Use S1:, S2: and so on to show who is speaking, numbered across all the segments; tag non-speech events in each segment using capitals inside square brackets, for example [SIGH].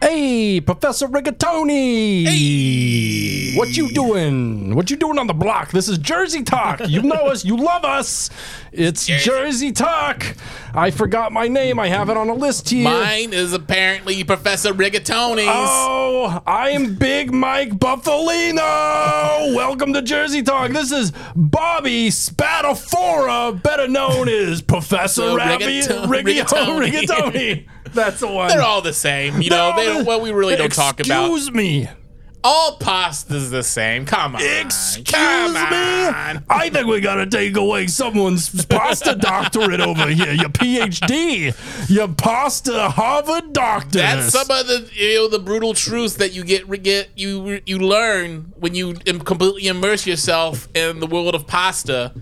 S1: Hey, Professor Rigatoni. Hey. What you doing? What you doing on the block? This is Jersey Talk.
S2: [LAUGHS]
S1: You know us. You love us. It's Jersey, Talk. I forgot my name. I have it on a list here.
S2: Mine is apparently Professor Rigatoni's.
S1: Oh, I am Big Mike Buffalino. Welcome to Jersey Talk. This is Bobby Spatafora, better known as Professor Rabbi
S2: Rigatoni.
S1: Rigatoni.
S2: Rigatoni.
S1: Rigatoni. That's the one.
S2: They're all the same, you know. They don't, well, we really don't talk about
S1: Excuse me.
S2: all pasta's the same. Come on,
S1: Excuse
S2: Come
S1: me.
S2: on.
S1: I think we gotta take away someone's pasta doctorate over here. Your PhD, your pasta Harvard doctor.
S2: That's some of the you know, the brutal truths that you get get you you learn when you Im- completely immerse yourself in the world of pasta.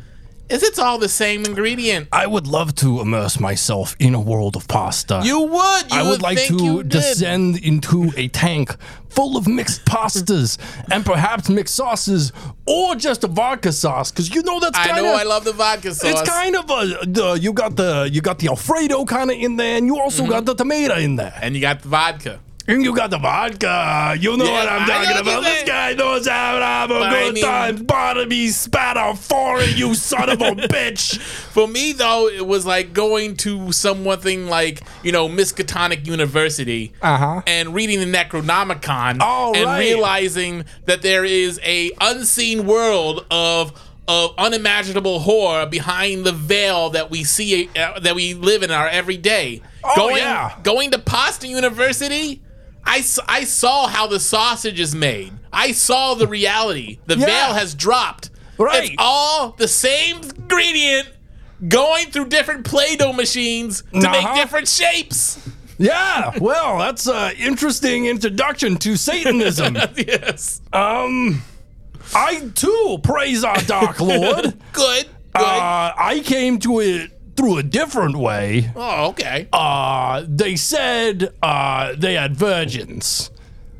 S2: Is it's all the same ingredient?
S1: I would love to immerse myself in a world of pasta.
S2: You would. You
S1: I would like
S2: think you
S1: to
S2: did.
S1: descend into a tank full of mixed pastas and perhaps mixed sauces or just a vodka sauce because you know that's kind
S2: I
S1: of
S2: know. I love the vodka sauce.
S1: It's kind of a the, you got the you got the Alfredo kind of in there, and you also
S2: Mm-hmm.
S1: got the tomato in there,
S2: and you got the vodka.
S1: and you got the vodka. You know
S2: Yeah,
S1: what I'm
S2: I know
S1: talking
S2: what
S1: about.
S2: you're
S1: This
S2: saying.
S1: guy knows how to have a
S2: But I
S1: good
S2: mean-
S1: time. Barnaby spat on foreign, you son
S2: [LAUGHS]
S1: of a bitch.
S2: For me, though, it was like going to something like you know Miskatonic University
S1: Uh-huh.
S2: and reading the Necronomicon
S1: Oh,
S2: and
S1: right.
S2: realizing that there is a unseen world of of unimaginable horror behind the veil that we see uh, that we live in our everyday.
S1: Oh,
S2: going
S1: yeah.
S2: going to Pasta University, I, s- I saw how the sausage is made. I saw the reality. The
S1: Yeah.
S2: veil has dropped.
S1: Right.
S2: It's all the same ingredient going through different Play-Doh machines to make
S1: Uh-huh.
S2: different shapes. [LAUGHS]
S1: Yeah, well, that's an interesting introduction
S2: [LAUGHS]
S1: to Satanism.
S2: yes.
S1: um, I too praise our
S2: [LAUGHS]
S1: Dark Lord.
S2: Good. Good.
S1: Uh, I came to it through a different way.
S2: oh, okay.
S1: uh, they said uh, they had virgins.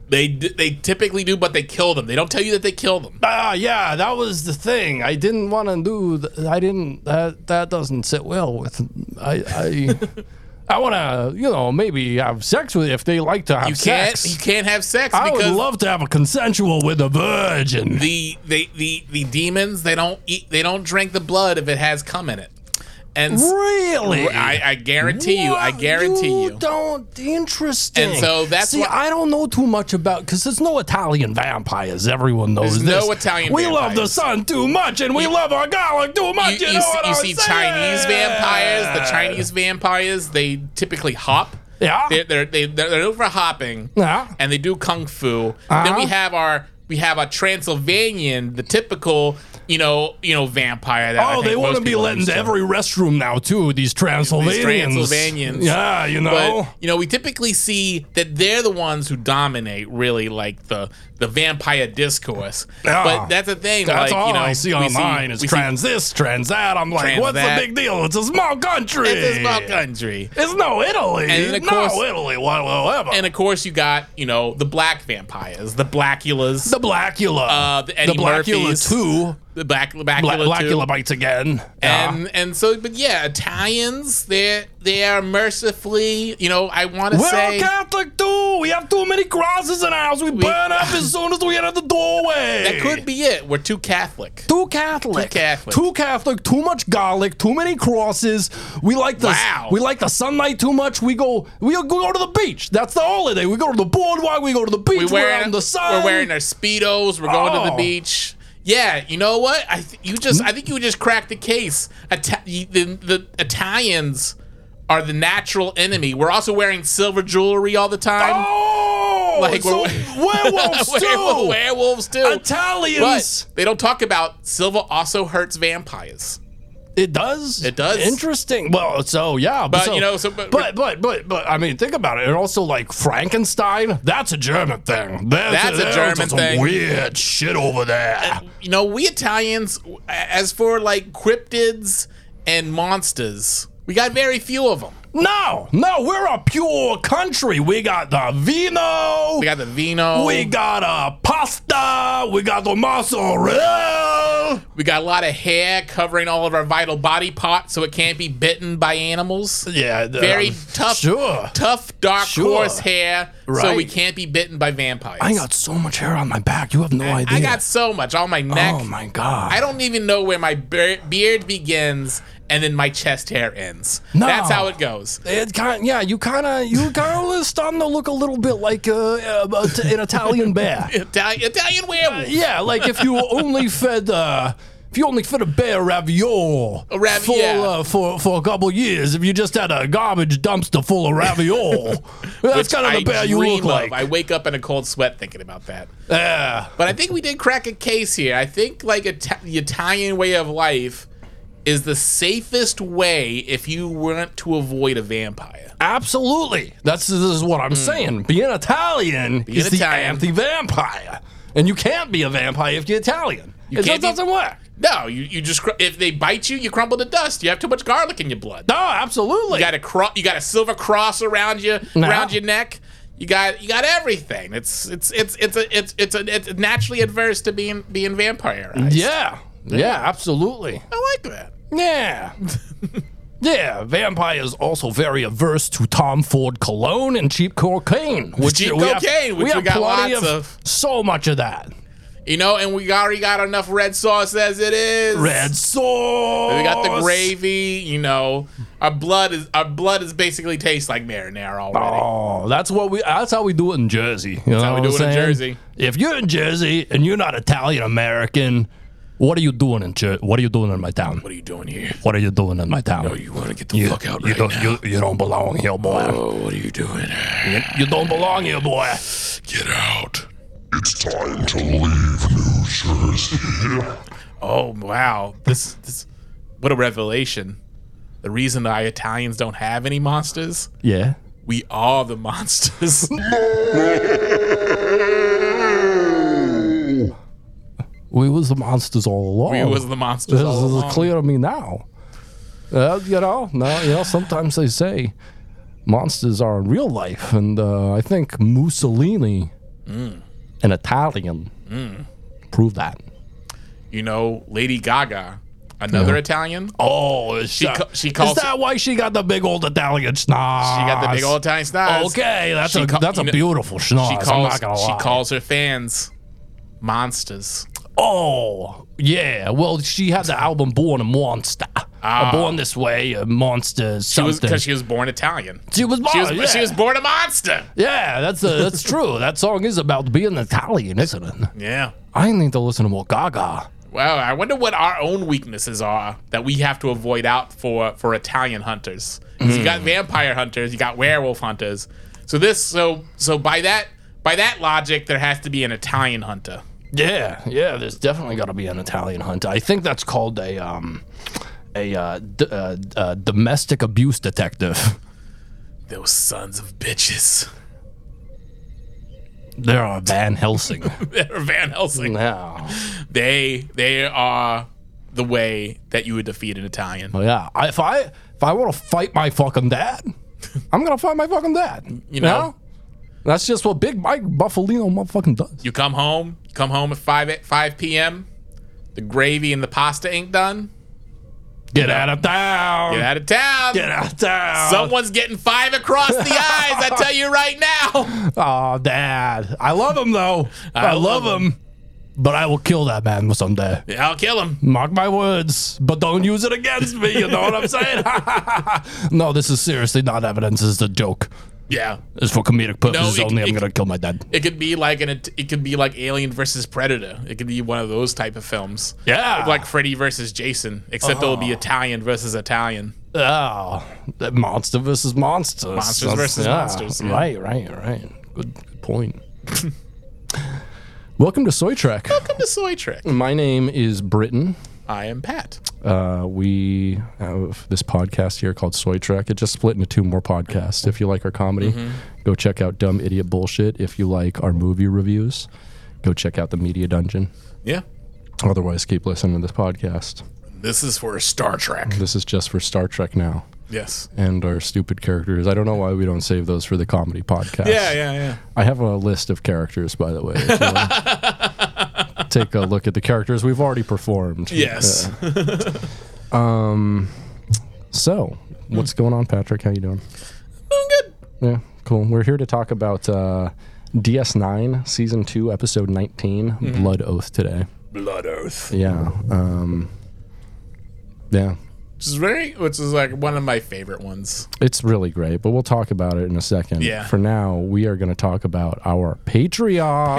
S2: They d- they typically do, but they kill them. They don't tell you that they kill them.
S1: Ah, yeah, that was the thing. I didn't want to do. Th- I didn't. That that doesn't sit well with. I I, [LAUGHS] I want to you know maybe have sex with if they like to have
S2: You can't
S1: sex.
S2: you can't have sex
S1: I would
S2: because
S1: love to have a consensual with a virgin.
S2: the they the the demons they don't eat they don't drink the blood if it has cum in it. And s-
S1: Really?
S2: I, I guarantee you. I
S1: What?
S2: guarantee you.
S1: Don't interesting.
S2: And so that's
S1: see,
S2: why-
S1: I don't know too much about because there's no Italian vampires. Everyone
S2: There's
S1: knows this.
S2: no Italian
S1: We love the
S2: vampires.
S1: sun too much, and we love our garlic too much. You,
S2: you, you
S1: know
S2: see,
S1: what
S2: you
S1: I'm
S2: see
S1: saying?
S2: Chinese vampires. The Chinese vampires they typically hop.
S1: Yeah.
S2: they're they're they, they're, they're over hopping.
S1: Yeah.
S2: and they do kung fu. Then
S1: Uh-huh.
S2: we have our we have our Transylvanian, the typical you know you know vampire. That I
S1: Oh,
S2: think
S1: they want to
S2: most
S1: be
S2: people
S1: let into
S2: understand.
S1: every restroom now too. These Transylvanians.
S2: Transylvanians.
S1: Yeah, you know.
S2: But you know, we typically see that they're the ones who dominate, really, like the the vampire discourse.
S1: Yeah.
S2: But that's the thing.
S1: that's
S2: like,
S1: all
S2: you know,
S1: I see
S2: we
S1: online is
S2: we see-
S1: trans this, trans that. I'm like,
S2: Trans
S1: what's
S2: that.
S1: the big deal? It's a small country.
S2: It's a small country.
S1: It's no Italy.
S2: And of
S1: no
S2: course-
S1: Italy whatsoever.
S2: And of course, you got you know the black vampires, the Blackulas,
S1: the Blackula.
S2: Uh, the Eddie
S1: the Blackula
S2: Murphys.
S1: 2.
S2: the Black Blackula,
S1: Bla-
S2: too.
S1: Blackula bites again.
S2: and and so but yeah italians they're they are mercifully you know i want to
S1: we're
S2: say
S1: Catholic too. We have too many crosses in our house. We, burn up as soon as we enter the doorway.
S2: that could be it we're too catholic
S1: Too Catholic.
S2: Too Catholic.
S1: Too Catholic. Too much garlic. Too many crosses. We like the
S2: Wow.
S1: we like the sunlight too much. We go we go- go to the beach. That's the holiday. We go to the boardwalk. We go to the beach.
S2: we
S1: We are
S2: wearing,
S1: out in the sun.
S2: we're wearing our speedos we're going to
S1: Oh. Mm.
S2: the beach yeah you know what i th- you just i think you just cracked the case Ita- the, the italians are the natural enemy we're also wearing silver jewelry all the time
S1: Oh,
S2: Like,
S1: so
S2: we're- [LAUGHS]
S1: werewolves
S2: Werewol- [LAUGHS]
S1: too.
S2: werewolves too
S1: Oh, Italians.
S2: but they don't talk about silver also hurts vampires
S1: It does.
S2: It does.
S1: Interesting. Well, so yeah, but,
S2: you know, so- but-
S1: but, but but but I mean, think about it. And also, like Frankenstein, that's a German thing. That's,
S2: That's a
S1: there's
S2: German
S1: some
S2: thing.
S1: Weird shit over there.
S2: you know, we Italians, as for like cryptids and monsters, we got very few of them.
S1: No, no, we're a pure country. We got the vino.
S2: We got the vino.
S1: We got a pasta. We got the mozzarella.
S3: Well,
S2: We got a lot of hair covering all of our vital body parts, so it can't be bitten by animals.
S3: yeah,
S2: Very
S3: um,
S2: tough,
S3: Sure.
S2: tough, dark,
S3: Sure.
S2: coarse hair, so
S3: Right.
S2: we can't be bitten by vampires.
S1: I got so much hair on my back. You have no idea.
S2: I got so much on my neck.
S1: Oh my god.
S2: I don't even know where my be- beard begins and then my chest hair ends.
S1: No.
S2: That's how it goes.
S1: It kind, yeah, you kind of, you kind of starting to look a little bit like uh, uh, an Italian bear.
S2: [LAUGHS] Italian, Italian werewolf.
S1: Yeah, like if you only fed uh if you only fed a bear ravioli
S2: A ravi-
S1: for,
S2: yeah.
S1: uh, for for a couple years, if you just had a garbage dumpster full of
S2: [LAUGHS]
S1: ravioli, [LAUGHS] that's
S2: which
S1: kind of
S2: I
S1: the bear you
S2: dream
S1: look
S2: of.
S1: like.
S2: I wake up in a cold sweat thinking about that.
S1: Yeah.
S2: But I think we did crack a case here. I think like Ita- the Italian way of life is the safest way if you want to avoid a vampire.
S1: Absolutely. That's this is what I'm saying. Being Italian is
S2: Hmm. Italian.
S1: the anti-vampire, and you can't be a vampire if you're Italian. it
S2: can't
S1: just
S2: be-
S1: doesn't work.
S2: No, you, you just cr- if they bite you, you crumble to dust. You have too much garlic in your blood.
S1: No, absolutely.
S2: You got a cro- you got a silver cross around you
S1: No.
S2: around your neck. You got you got everything. It's it's it's it's a, it's it's, a, it's naturally adverse to being being vampirized.
S1: yeah. Yeah, absolutely.
S2: I like that.
S1: Yeah. [LAUGHS] yeah, vampires also very averse to Tom Ford cologne and cheap cocaine. Which
S2: Cheap
S1: we have-
S2: cocaine, which we
S1: have
S2: got
S1: plenty
S2: lots
S1: of,
S2: of.
S1: So much of that.
S2: You know, and we already got enough red sauce as it is.
S1: Red sauce.
S2: We got the gravy. You know, our blood is our blood is basically tastes like marinara already.
S1: Oh, that's what we. That's how we do it in Jersey. You know
S2: how we
S1: what
S2: do
S1: I'm
S2: it in Jersey.
S1: saying? If you're in Jersey and you're not Italian American, what are you doing in Jer- What are you doing in my town?
S2: What are you doing here?
S1: What are you doing in my town?
S2: You want to get the fuck out
S1: you
S2: right
S1: don't.
S2: now?
S1: You, you don't belong here, boy.
S2: oh, what are you doing?
S1: You, you don't belong here, boy.
S2: Get out!
S4: It's time to leave New Jersey.
S2: Oh wow, this this what a revelation! The reason I Italians don't have any monsters,
S1: Yeah.
S2: we are the monsters. [LAUGHS]
S1: We was the monsters all along.
S2: we was the monsters
S1: This
S2: all
S1: is
S2: along.
S1: clear to me now. Uh, you know, now you know. Sometimes they say monsters are in real life, and uh, I think Mussolini,
S2: Mm.
S1: an Italian, proved that.
S2: You know, Lady Gaga, another Italian.
S1: Oh, she
S2: ca- she calls-
S1: Is that why she got the big old Italian schnoz?
S2: She got the big old Italian style.
S1: Okay, that's
S2: She
S1: a
S2: ca-
S1: that's a
S2: you know-
S1: beautiful schnoz.
S2: She
S1: I'm
S2: calls
S1: not gonna
S2: she
S1: lie.
S2: calls her fans monsters.
S1: Oh, yeah. Well, she had the album Born a Monster. Uh, Born This Way, a monster,
S2: Ah. She was
S1: something.
S2: because she was born Italian.
S1: She was
S2: She was,
S1: born. Oh, yeah.
S2: she was born a monster.
S1: Yeah, that's uh, [LAUGHS] that's true. That song is about being Italian, isn't it?
S2: Yeah.
S1: I need to listen to more Gaga.
S2: Wow. I wonder what our own weaknesses are that we have to avoid out for for Italian hunters. 'Cause You
S1: Hmm.
S2: got vampire hunters. You got werewolf hunters. So this so so by that by that logic, there has to be an Italian hunter.
S1: Yeah, yeah. There's definitely got to be an Italian hunt. I think that's called a um a uh, d- uh, uh, domestic abuse detective.
S2: Those sons of bitches. [LAUGHS]
S1: They're a Van [LAUGHS] Helsing.
S2: They're Van Helsing.
S1: no.
S2: They they are the way that you would defeat an Italian.
S1: But yeah, I, if I if I want to fight my fucking dad, I'm gonna fight my fucking dad. You,
S2: know?
S1: That's just what Big Mike Buffalino motherfucking does.
S2: You come home. You come home at five at five p.m. The gravy and the pasta ain't done.
S1: Get out of town.
S2: Get out of town.
S1: Get out of town.
S2: Someone's getting five across [LAUGHS] the eyes. I tell you right now.
S1: Aw, Dad. I love him though. I, love,
S2: love
S1: him. But I will kill that man someday.
S2: I'll kill him.
S1: Mark my words. But don't use it against me. You know what I'm saying? [LAUGHS] no, this is seriously not evidence. This is a joke.
S2: Yeah.
S1: It's for comedic purposes
S2: it-
S1: only.
S2: it-
S1: I'm gonna kill my dad.
S2: It could be like an. It could be like Alien versus Predator. It could be one of those type of films.
S1: Yeah.
S2: Like Freddy versus Jason, except it'll be Italian versus Italian.
S1: Oh, that monster versus monsters.
S2: Monsters versus monsters, yeah.
S1: Right, right, right. Good, good point. [LAUGHS] Welcome to Soy Trek.
S2: [LAUGHS] Welcome to Soy Trick.
S1: My name is Britton.
S2: I am Pat.
S1: Uh, we have this podcast here called Soy Trek. It just split into two more podcasts. If you like our comedy, go check out Dumb Idiot Bullshit. If you like our movie reviews, go check out the Media Dungeon.
S2: Yeah.
S1: Otherwise, keep listening to this podcast.
S2: This is for Star Trek.
S1: This is just for Star Trek now.
S2: Yes.
S1: and our stupid characters. I don't know why we don't save those for the comedy podcast.
S2: Yeah, yeah, yeah.
S1: I have a list of characters, by the way. if you want. take a look at the characters we've already performed.
S2: Yes.
S1: So, what's going on, Patrick? How you doing?
S2: Doing good.
S1: Yeah, cool. We're here to talk about uh, DS9 season two, episode 19,
S2: Mm-hmm.
S1: Blood Oath today.
S2: Blood Oath.
S1: Yeah. Um, yeah.
S2: Which is very, which is like one of my favorite ones.
S1: It's really great, but we'll talk about it in a second.
S2: Yeah.
S1: For now, we are going to talk about our Patreon.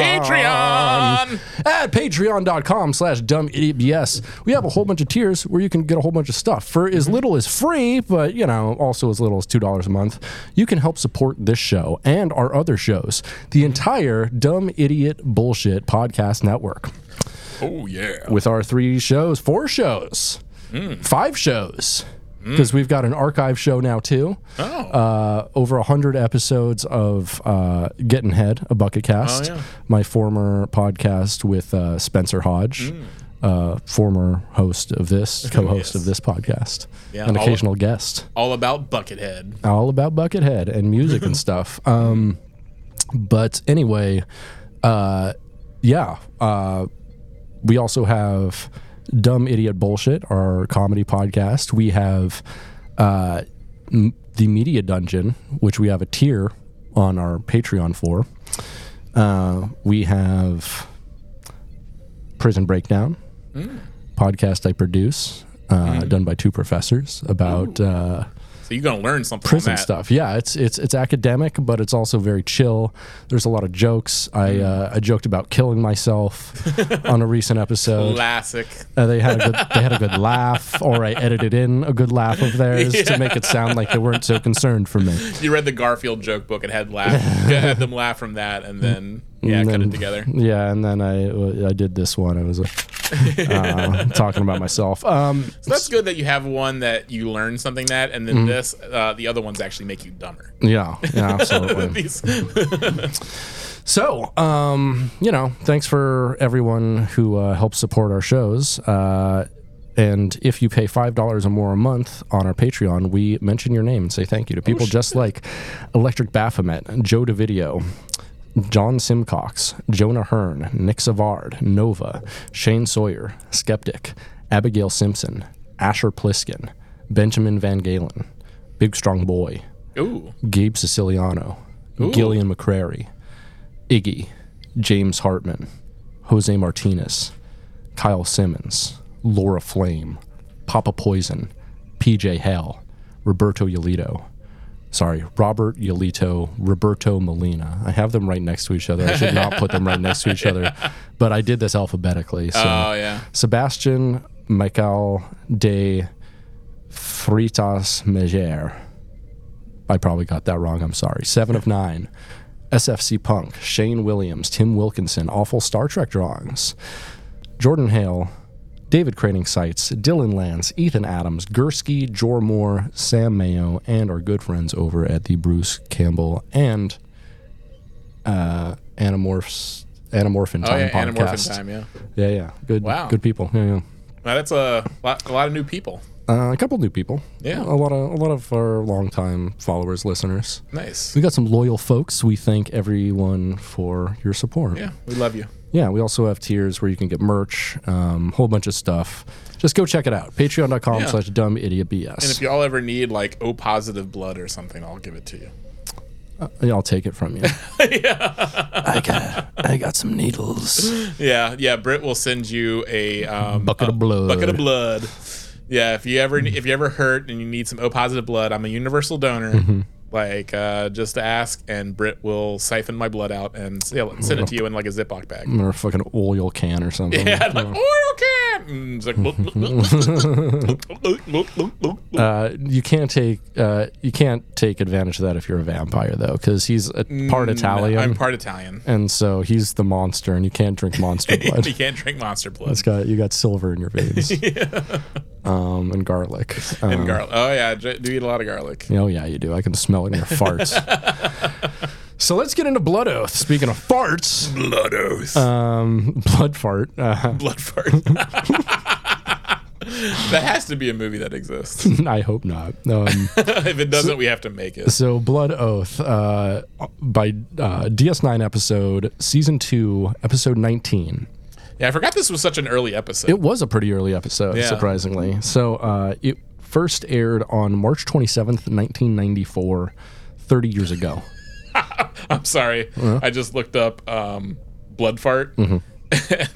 S2: Patreon.
S1: at patreon.com slash dumb idiot BS. We have a whole bunch of tiers where you can get a whole bunch of stuff for as little as free, but you know, also as little as $2 a month. You can help support this show and our other shows, the entire dumb idiot bullshit podcast network
S2: Oh yeah.
S1: with our three shows, four shows, five shows. Because we've got an archive show now too.
S2: Oh.
S1: Uh, over hundred episodes of uh, Getting Head, a bucket cast.
S2: Oh, yeah.
S1: My former podcast with uh, Spencer Hodge, uh, former host of this,
S2: Mm.
S1: co-host
S2: Yes.
S1: of this podcast,
S2: Yeah,
S1: an
S2: all-
S1: occasional guest
S2: All about Buckethead.
S1: all about Buckethead and music and stuff. Um, but anyway, uh, yeah, uh, we also have Dumb Idiot Bullshit, our comedy podcast. We have uh, m- the Media Dungeon, which we have a tier on our Patreon for. Uh, we have Prison Breakdown, podcast I produce, uh, done by two professors about. Uh,
S2: So you're gonna learn something. on
S1: prison
S2: that.
S1: stuff. Yeah, it's it's it's academic, but it's also very chill. There's a lot of jokes. I uh, I joked about killing myself on a recent episode.
S2: Classic.
S1: Uh, they had a good, they had a good laugh, or I edited in a good laugh of theirs to make it sound like they weren't so concerned for me.
S2: You read the Garfield joke book and had
S1: [LAUGHS]
S2: laugh, had them laugh from that, and then yeah,
S1: And
S2: cut
S1: then-
S2: it
S1: [LAUGHS]
S2: together.
S1: Yeah, and then I I did this one. It was a, uh, talking about myself. Um,
S2: So that's good that you have one that you learn something that, and
S1: Mm-hmm.
S2: then this, uh, the other ones actually make you dumber. [LAUGHS]
S1: yeah, yeah, absolutely.
S2: These-
S1: So, um, you know, thanks for everyone who uh, helps support our shows. Uh, and if you pay five dollars or more a month on our Patreon, we mention your name and say thank you to people just like Electric Baphomet, Joe DeVideo, John Simcox, Jonah Hearn, Nick Savard, Nova, Shane Sawyer, Skeptic, Abigail Simpson, Asher Pliskin, Benjamin Van Galen, Big Strong Boy,
S2: Ooh,
S1: Gabe Siciliano, Gillian McCrary, Iggy, James Hartman, Jose Martinez, Kyle Simmons, Laura Flame, Papa Poison, PJ Hale, Roberto Yolito. Sorry, Robert Yolito, Roberto Molina. I have them right next to each other. I should not put them right next to each other, but I did this alphabetically. So.
S2: [LAUGHS] oh yeah,
S1: Sebastian Michael de Fritas Mejer. I probably got that wrong. I'm sorry. Seven of nine. SFC Punk, Shane Williams, Tim Wilkinson, Awful Star Trek Drawings, Jordan Hale, David Craning Sites, Dylan Lance, Ethan Adams, Gursky, Jor Moore, Sam Mayo, and our good friends over at the Bruce Campbell and uh, Animorphs, Animorphin
S2: oh
S1: Time
S2: yeah,
S1: podcast.
S2: Animorphin time, yeah.
S1: Yeah, yeah. Good
S2: Wow.
S1: good people. Yeah, yeah.
S2: Wow, that's a lot, a lot of new people.
S1: Uh, a couple new people.
S2: Yeah.
S1: A lot of a lot of our longtime followers, listeners.
S2: Nice.
S1: We got some loyal folks. We thank everyone for your support.
S2: Yeah, we love you.
S1: Yeah, we also have tiers where you can get merch, um, whole bunch of stuff. Just go check it out. Patreon.com
S2: Yeah.
S1: slash dumb idiot
S2: And if
S1: BS.
S2: y'all ever need like O positive blood or something, I'll give it to you.
S1: Yeah, I'll take it from
S2: [LAUGHS]
S1: you. I got I got some needles.
S2: Yeah, yeah. Britt will send you a um,
S1: Bucket of blood.
S2: bucket of blood. Yeah, if you ever if you ever hurt and you need some O positive blood, I'm a universal donor. Like uh, just ask, and Britt will siphon my blood out and sell it- send it to you in like a Ziploc bag.
S1: Or a fucking oil can or something.
S2: [LAUGHS] Yeah, like "Oh, oil can. And Mm, It's like, "Look, look, look, look, look, look, look, look, look."
S1: Uh, you can't take uh, you can't take advantage of that if you're a vampire though, because he's a part Italian,
S2: Mm, I'm part Italian. [LAUGHS]
S1: and so he's the monster, and you can't drink monster blood.
S2: You can't drink monster blood
S1: it's got you got silver
S2: [LAUGHS]
S1: in your veins, um, and garlic. Um,
S2: and garlic. Oh yeah, j- do eat a lot of garlic.
S1: oh yeah, you do. I can smell it in
S2: [LAUGHS]
S1: your farts. so let's get into blood oath. Speaking of farts, [LAUGHS]
S2: Blood oath.
S1: um, blood fart. Uh, [LAUGHS]
S2: blood fart. [LAUGHS] that has to be a movie that exists. [LAUGHS]
S1: I hope not. Um,
S2: if it doesn't, we have to make it.
S1: So, Blood Oath uh, by uh, DS9 episode, season two, episode 19.
S2: Yeah, I forgot this was such an early episode.
S1: It was a pretty early episode,
S2: Yeah.
S1: surprisingly. So uh, it first aired on March 27th, 1994, 30 years ago.
S2: I'm sorry. I just looked up um, Blood Fart.
S1: Mm-hmm.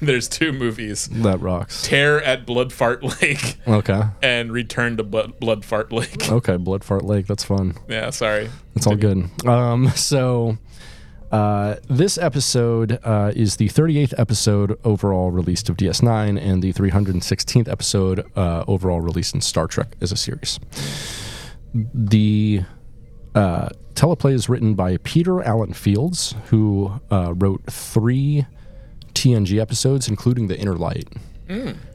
S2: [LAUGHS] There's two movies
S1: That rocks.
S2: Tear at Blood Fart Lake
S1: Okay.
S2: and Return to Blood, Blood Fart Lake. [LAUGHS]
S1: Okay, Blood Fart Lake. That's fun.
S2: Yeah, sorry.
S1: It's all good. Um, [LAUGHS] so uh, this episode uh, is the 38th episode overall released of DS9 and the 316th episode uh, overall released in Star Trek as a series. The uh, teleplay is written by Peter Allen Fields, who uh, wrote three TNG episodes, including The Inner Light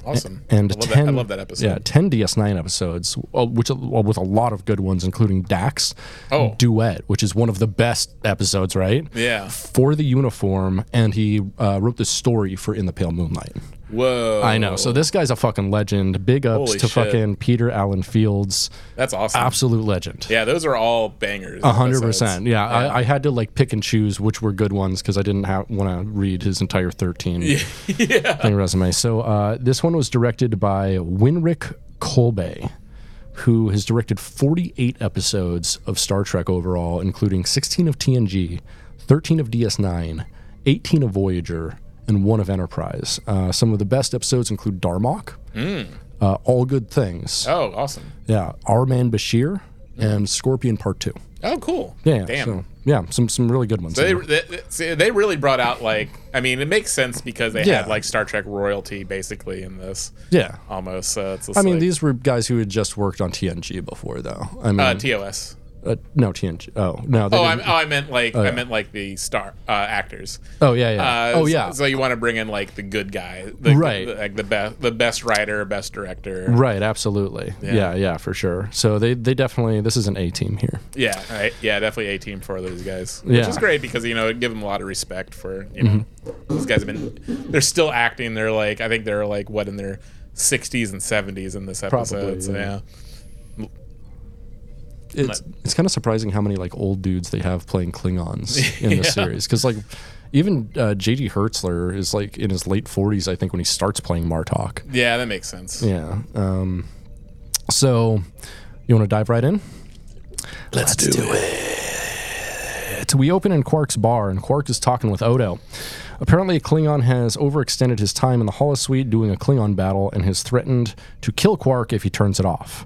S2: Awesome.
S1: and
S2: I love,
S1: ten.
S2: that. I love that episode.
S1: Yeah, ten DS9 episodes, uh, which uh, with a lot of good ones, including Dax
S2: Oh.
S1: duet, which is one of the best episodes, right?
S2: Yeah.
S1: For the uniform, and he uh, wrote the story for In the Pale Moonlight.
S2: Whoa.
S1: I know. So this guy's a fucking legend. Big ups
S2: Oh. Holy
S1: to
S2: shit.
S1: fucking Peter Allen Fields,
S2: That's awesome.
S1: absolute legend.
S2: Yeah, those are all bangers.
S1: A hundred
S2: episodes.
S1: percent. Yeah, I, I had to like pick and choose which were good ones because I didn't ha- want to read his entire thirteen [LAUGHS] thing resume. So uh, this one was directed by Winrick Kolbe, who has directed forty-eight episodes of Star Trek overall, including sixteen of TNG, thirteen of DS9, eighteen of Voyager, and one of Enterprise. Uh, some of the best episodes include Darmok, uh, All Good Things,
S2: Oh, awesome.
S1: yeah, Our Man Bashir, and Scorpion Part Two.
S2: Oh, cool.
S1: Yeah.
S2: Damn.
S1: So, yeah, some some really good ones.
S2: They,
S1: in there.
S2: they, they- see, they really brought out like I mean it makes sense because they
S1: Yeah.
S2: had like Star Trek royalty basically in this
S1: yeah.
S2: almost so it's just
S1: I mean,
S2: like,
S1: these were guys who had just worked on TNG before, though. I mean,
S2: uh, TOS
S1: uh, no TNG. Oh no. They
S2: oh,
S1: didn't-
S2: I'm, oh I meant like I meant like the star uh, actors
S1: oh yeah, yeah.
S2: uh,
S1: oh
S2: so-
S1: yeah.
S2: so you want to bring in like the good guy the,
S1: Right.
S2: the, like the best the best writer best director
S1: right. Absolutely. Yeah. yeah. For sure. So they they definitely this is an A team here.
S2: yeah right yeah definitely a team for those guys which
S1: Yeah.
S2: is great because you know it give them a lot of respect for you know
S1: Mm-hmm.
S2: these guys have been they're still acting they're like I think they're like what in their 60s and 70s in this episode
S1: Probably,
S2: so
S1: yeah.
S2: yeah.
S1: It's it's kind of surprising how many like old dudes they have playing
S2: [LAUGHS]
S1: Klingons in this series because like. Even uh, J.D. Hertzler is like in his late 40s, I think, when he starts playing Martok.
S2: Yeah, that makes sense.
S1: Yeah. Um, so, you want to dive right in? Let's, do, it. We open in Quark's bar, and Quark is talking with Odo. Apparently, Klingon has overextended his time in the holosuite doing a Klingon battle and has threatened to kill Quark if he turns it off.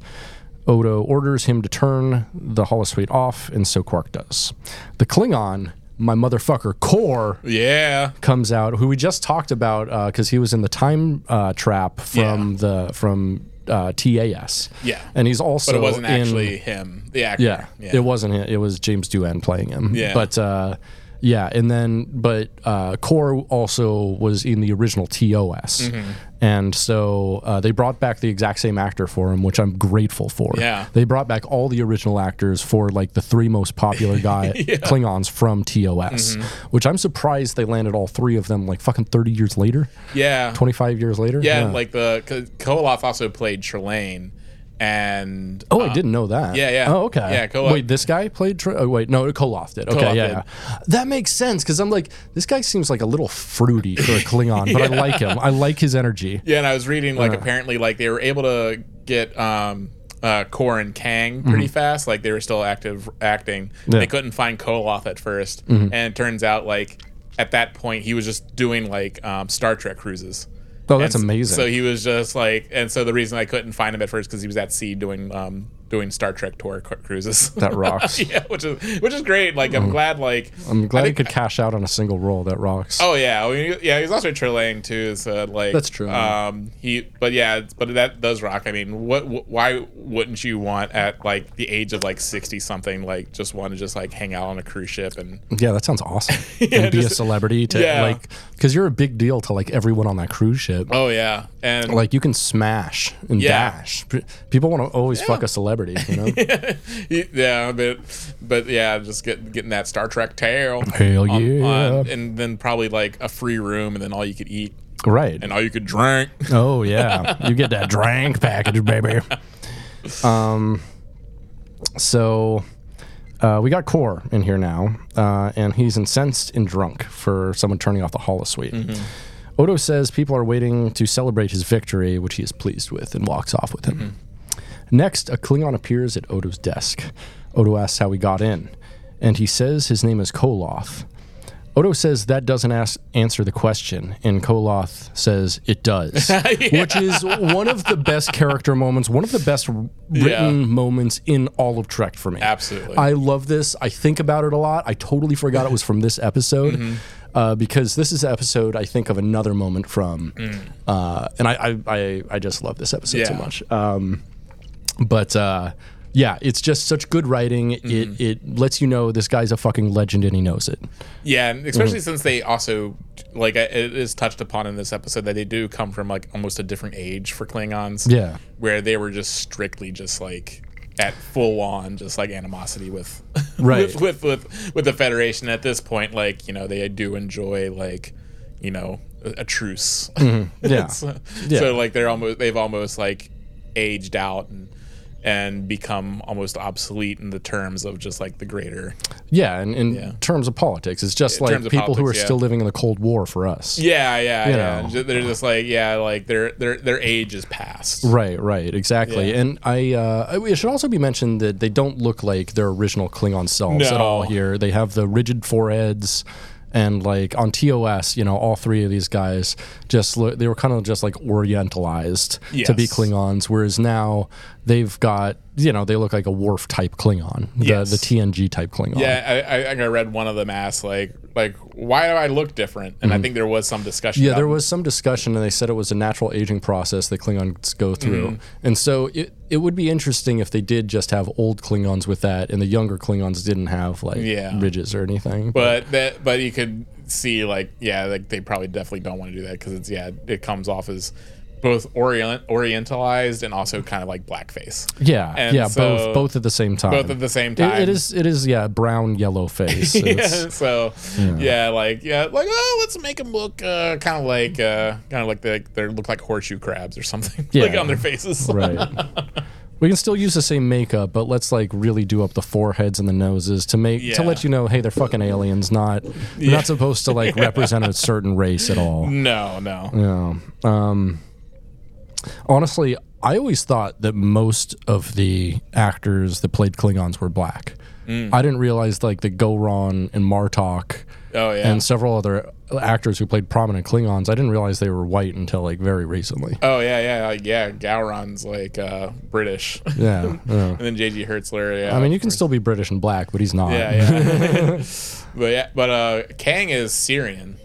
S1: Odo orders him to turn the holosuite off, and so Quark does. The Klingon, my motherfucker, Kor,
S2: Yeah.
S1: comes out, who we just talked about because he was in the time uh, trap from the from uh, TAS.
S2: Yeah.
S1: and he's also
S2: But it wasn't
S1: in-
S2: actually him, the actor.
S1: yeah, it wasn't him. It was James Doohan playing him.
S2: Yeah.
S1: but uh, yeah, and then but uh, Core also was in the original TOS.
S2: Mm-hmm.
S1: And so uh, they brought back the exact same actor for him, which I'm grateful for.
S2: Yeah.
S1: they brought back all the original actors for like the three
S2: [LAUGHS]
S1: most popular guy Klingons from TOS,
S2: Mm-hmm.
S1: which I'm surprised they landed all three of them like fucking 30 years later,
S2: Yeah.
S1: 25 years later.
S2: yeah, like the 'cause Koloff also played Trelane and
S1: Oh, I didn't know that.
S2: Uh, yeah, yeah.
S1: Oh, okay.
S2: Yeah, Koloff-
S1: Wait, this guy played. Tra- oh, wait, no, Koloff did. Okay,
S2: Koloff
S1: yeah,
S2: did.
S1: yeah. That makes sense because I'm like, this guy seems like a little
S2: [LAUGHS]
S1: fruity for a Klingon, but I like him. I like his energy.
S2: Yeah, and I was reading
S1: Uh.
S2: like apparently like they were able to get um uh Kor and Kang pretty
S1: Mm-hmm.
S2: fast. Like they were still active acting. They couldn't find Koloff at 1st
S1: Mm-hmm.
S2: And it turns out like at that point he was just doing like um, Star Trek cruises.
S1: Oh, that's
S2: And s-
S1: amazing.
S2: So he was just like, and so the reason I couldn't find him at first because he was at sea doing um, doing Star Trek tour cru- cruises.
S1: That rocks.
S2: [LAUGHS] yeah, which is which is great. Like I'm glad. Like
S1: I'm glad
S2: I
S1: he
S2: think-
S1: could cash out on a single roll. That rocks.
S2: Oh yeah, I mean, yeah. He was also Trelane too. So like
S1: That's true.
S2: Um, he, but yeah, it's- but that does rock. I mean, what? Wh- why wouldn't you want at like the age of like sixty something, like just want to just like hang out on a cruise ship and
S1: Yeah, that sounds
S2: [LAUGHS]
S1: awesome. and be a
S2: just-
S1: celebrity to
S2: yeah.
S1: like, because you're a big deal to like everyone on that cruise ship.
S2: oh yeah, and
S1: Like you can smash and
S2: Yeah.
S1: dash. P- People want to always fuck a celebrity. You
S2: [LAUGHS]
S1: know?
S2: yeah, but but yeah, just get, getting that Star Trek tail.
S1: Hell yeah.
S2: and then probably like a free room, and then all you could eat
S1: right.
S2: and all you could drink.
S1: Oh yeah, you get that drank package, baby. Um, so uh, we got Core
S2: Mm-hmm.
S1: in here now, uh, and he's incensed and drunk for someone turning off the holosuite. Odo says people are waiting to celebrate his victory, which he is pleased with, and walks off with him.
S2: Mm-hmm.
S1: Next, a Klingon appears at Odo's desk. Odo asks how he got in, and he says his name is Koloth. Odo says that doesn't ask, answer the question, and Koloth says
S2: [LAUGHS]
S1: it does, which is one of the best character moments, one of the best written
S2: Yeah.
S1: moments in all of Trek for me.
S2: Absolutely.
S1: I love this. I think about it a lot. I totally forgot it was from this episode.
S2: [LAUGHS] Mm-hmm.
S1: Uh, because this is an episode I think of another moment from, uh, and I, I I I just love this episode so
S2: Mm. Yeah.
S1: much. Um, but uh, yeah, it's just such good writing. It
S2: Mm-hmm.
S1: it lets you know this guy's a fucking legend and he
S2: [LAUGHS]
S1: knows it.
S2: Yeah, and especially
S1: Mm-hmm.
S2: since they also like it is touched upon in this episode that they do come from like almost a different age for Klingons.
S1: Yeah.
S2: where they were just strictly just like at full on just like animosity with [LAUGHS]
S1: Right.
S2: with, with with with the Federation at this point. Like you know they do enjoy like you know a, a truce. [LAUGHS]
S1: Yeah,
S2: so,
S1: Mm-hmm. Yeah.
S2: so, like they're almost they've almost like aged out and and become almost obsolete in the terms of just like the greater
S1: yeah. And in
S2: Yeah.
S1: terms of politics, it's just like
S2: terms
S1: people
S2: of
S1: who are
S2: politics, yeah.
S1: still living in the Cold War for us.
S2: Yeah, yeah,
S1: You
S2: yeah.
S1: know.
S2: Ju- They're just like, yeah, like their their their age is past.
S1: Right, right, exactly.
S2: Yeah.
S1: And I, uh, it should also be mentioned that they don't look like their original Klingon selves at
S2: No.
S1: all here. They have the rigid foreheads, and like on TOS, you know, all three of these guys just look, they were kind of just like orientalized to be
S2: Yes.
S1: Klingons, whereas now they've got, you know, they look like a Worf type Klingon, the,
S2: Yes.
S1: the TNG type Klingon.
S2: Yeah, I, I think I read one of them asked like like why do I look different? And I think there was some discussion.
S1: Mm-hmm. Yeah, there
S2: about-
S1: was some discussion, and they said it was a natural aging process that Klingons go through.
S2: Mm-hmm.
S1: And so it, it would be interesting if they did just have old Klingons with that, and the younger Klingons didn't have like
S2: Yeah.
S1: ridges or anything.
S2: but that but you could see like yeah, like they probably definitely don't want to do that because it's yeah, it comes off as both orient orientalized and also kind of like blackface.
S1: yeah,
S2: and
S1: yeah, both
S2: so-
S1: both at the same time.
S2: Both at the same
S1: It-
S2: time.
S1: it is it is yeah brown yellow face.
S2: [LAUGHS]
S1: It's-
S2: yeah, so yeah. like yeah, like oh, let's make them look uh, kind of like uh, kind of like they they look like horseshoe crabs or something, [LAUGHS] like
S1: Yeah.
S2: on their faces.
S1: right. We can still use the same makeup, but let's like really do up the foreheads and the noses to make to
S2: Yeah.
S1: let you know, hey, they're fucking aliens, not they're not supposed to like represent a certain race at all.
S2: No, no.
S1: No. Um, honestly, I always thought that most of the actors that played Klingons were black.
S2: Mm.
S1: I didn't realize like the Goron and Martok
S2: Oh yeah.
S1: and several other actors who played prominent Klingons. I didn't realize they were white until like very recently.
S2: oh yeah, yeah, like, yeah. Gowron's like uh, British, [LAUGHS]
S1: [LAUGHS] Yeah. yeah.
S2: and then JG Hertzler. Yeah,
S1: I mean, you can still be British and black, but he's not.
S2: yeah,
S1: [LAUGHS]
S2: yeah. [LAUGHS] but yeah, but uh, Kang is Syrian.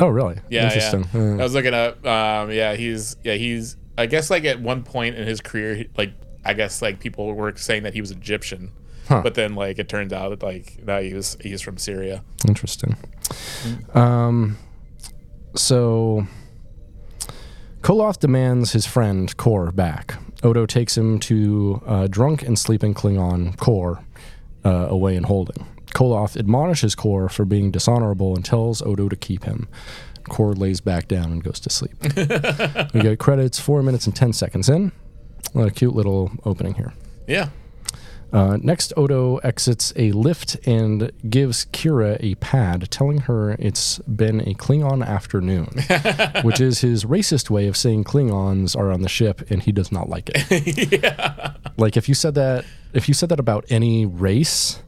S1: Oh, really?
S2: Yeah,
S1: Interesting. Hmm.
S2: yeah.
S1: Yeah.
S2: I was looking up. Um, yeah, he's yeah he's. I guess like at one point in his career, he- like I guess like people were saying that he was Egyptian,
S1: Huh.
S2: but then like it turns out that like no, he was he's from Syria.
S1: Interesting. Um, so Koloth demands his friend Kor back. Odo takes him to uh, drunk and sleeping Klingon Kor uh, away in holding. Koloth admonishes Kor for being dishonorable and tells Odo to keep him. Kor lays back down and goes to sleep. we get credits four minutes and ten seconds in. A cute little opening here.
S2: Yeah.
S1: Uh, next, Odo exits a lift and gives Kira a pad, telling her it's been a Klingon afternoon, which is his racist way of saying Klingons are on the ship and he does not like it. Like if you said that, if you said that about any race,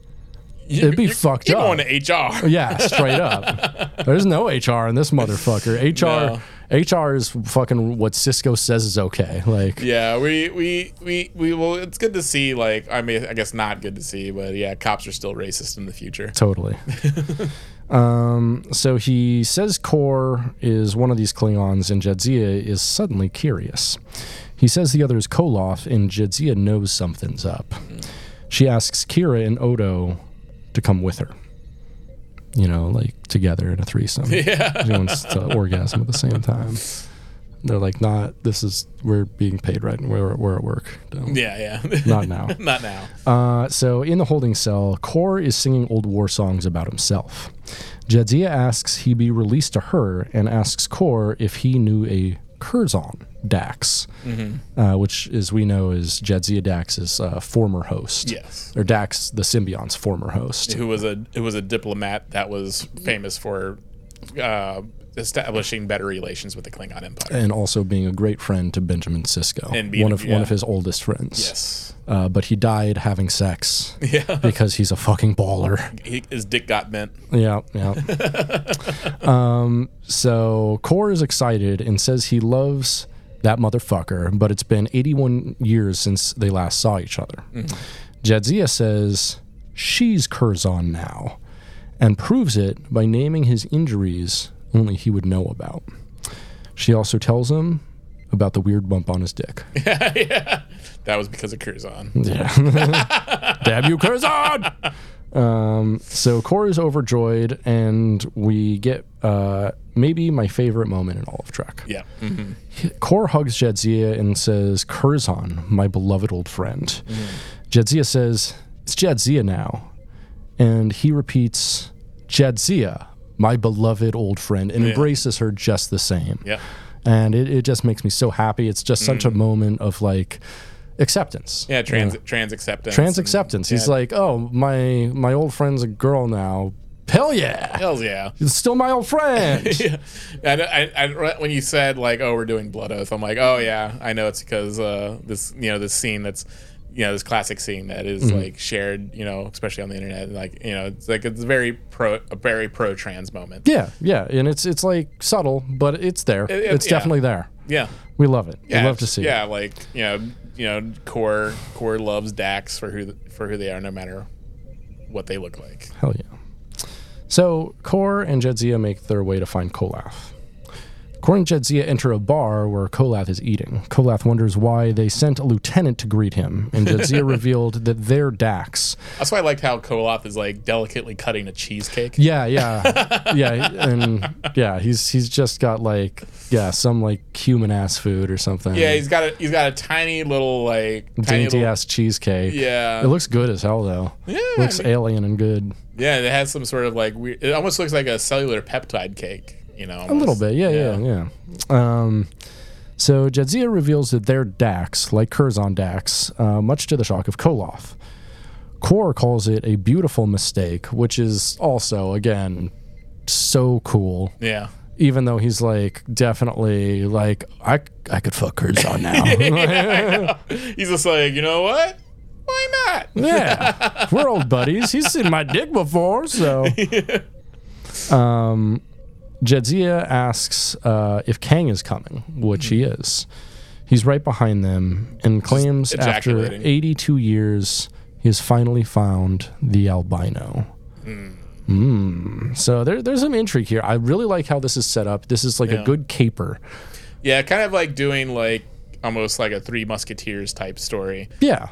S2: It'd
S1: be fucked
S2: you're Going
S1: up.
S2: to HR.
S1: yeah, straight up. There's no HR in this motherfucker. HR, HR is fucking what Cisco says is okay. Like,
S2: Yeah, we we we we will. It's good to see. Like, I mean, I guess not good to see, but yeah, cops are still racist in the future. [LAUGHS]
S1: Totally. um, so he says Kor is one of these Klingons, and Jadzia is suddenly curious. He says the other is Koloth, and Jadzia knows something's up. She asks Kira and Odo to come with her. You know, like together in a threesome. Yeah. Everyone's to orgasm at the same time. They're like, not, this is, we're being paid right, and we're, we're at work. Don't-
S2: Yeah, yeah. [LAUGHS]
S1: Not now.
S2: Not now.
S1: Uh, so in the holding cell, Kor is singing old war songs about himself. Jadzia asks he be released to her and asks Kor if he knew a Curzon Dax,
S2: Mm-hmm.
S1: uh, which, as we know, is Jadzia Dax's uh, former host.
S2: Yes.
S1: Or Dax, the symbiont's former host.
S2: Who was a who was a diplomat that was famous for uh, establishing better relations with the Klingon Empire.
S1: and also being a great friend to Benjamin Sisko,
S2: And being-
S1: one of one
S2: yeah.
S1: of his oldest friends.
S2: Yes.
S1: Uh, but he died having sex
S2: [LAUGHS] Yeah.
S1: because he's a fucking baller.
S2: He, his dick got bent.
S1: Yeah, yeah. um, so Core is excited and says he loves that motherfucker, but it's been 81 years since they last saw each other. Jadzia says she's Curzon now and proves it by naming his injuries only he would know about. She also tells him about the weird bump on his dick.
S2: yeah. That was because of
S1: Hmm.
S2: Curzon.
S1: Yeah. [LAUGHS] Damn you, Curzon! Um, so Korra is overjoyed, and we get uh, maybe my favorite moment in all of Trek.
S2: Yeah. Mm-hmm.
S1: Kor hugs Jadzia and says, Curzon, my beloved old friend.
S2: Mm-hmm.
S1: Jadzia says, It's Jadzia now. And he repeats, Jadzia, my beloved old friend, and embraces her just the same
S2: Yeah. Mm.
S1: and it, it just makes me so happy. It's just such a moment of like acceptance.
S2: Yeah. Trans trans acceptance.
S1: Trans
S2: and-
S1: acceptance. He's
S2: yeah.
S1: like, oh, my my old friend's a girl now. Hell yeah,
S2: Hells yeah.
S1: it's still my old friend.
S2: [LAUGHS] Yeah, and, and, and right when you said like, "Oh, we're doing Blood Oath," I'm like, "Oh yeah, I know it's because uh, this you know this scene that's you know this classic scene that is,
S1: Mm-hmm.
S2: like shared you know especially on the internet like you know it's like it's very pro a very pro trans moment.
S1: yeah, yeah, and it's it's like subtle, but it's there.
S2: it-
S1: it's
S2: yeah.
S1: definitely there.
S2: Yeah,
S1: We love it.
S2: yeah,
S1: we love to see.
S2: Yeah, like you know you know core core loves Dax for who th- for who they are, no matter what they look like.
S1: it. Hell yeah. So Kor and Jedzia make their way to find Kolath. Kor and Jedzia enter a bar where Kolath is eating. Kolath wonders why they sent a lieutenant to greet him, and
S2: [LAUGHS]
S1: Jedzia revealed that they're Dax.
S2: That's why I liked how Koloth is like delicately cutting a cheesecake.
S1: Yeah, yeah, yeah, and yeah, he's he's just got like yeah some like human ass food or something.
S2: Yeah, he's got a he's got a tiny little like tiny
S1: dainty
S2: little,
S1: ass cheesecake.
S2: Yeah.
S1: it looks good as hell though.
S2: Yeah,
S1: looks
S2: I mean-
S1: alien and good.
S2: Yeah, it has some sort of like weird. It almost looks like a cellular peptide cake. You know,
S1: A little bit, yeah, yeah, yeah. Um, so Jadzia reveals that they're Dax, like Curzon Dax, uh, much to the shock of Koloth. Kor calls it a beautiful mistake, which is also again so cool.
S2: Yeah,
S1: even though he's like definitely like I I could fuck
S2: [LAUGHS]
S1: Curzon now.
S2: he's just like, you know what? Why not?
S1: [LAUGHS] yeah, we're old buddies. He's seen my dick
S2: [LAUGHS]
S1: before, so. Um, Jedzia asks uh, if Kang is coming, which he
S2: Mm-hmm.
S1: is. He's right behind them and claims after
S2: ejaculating.
S1: 82 years he has finally found the albino. Mm. So there, there's some intrigue here. I really like how this is set up. This is like
S2: Yeah.
S1: a good caper.
S2: Yeah, kind of like doing like almost like a Three Musketeers type story.
S1: Yeah.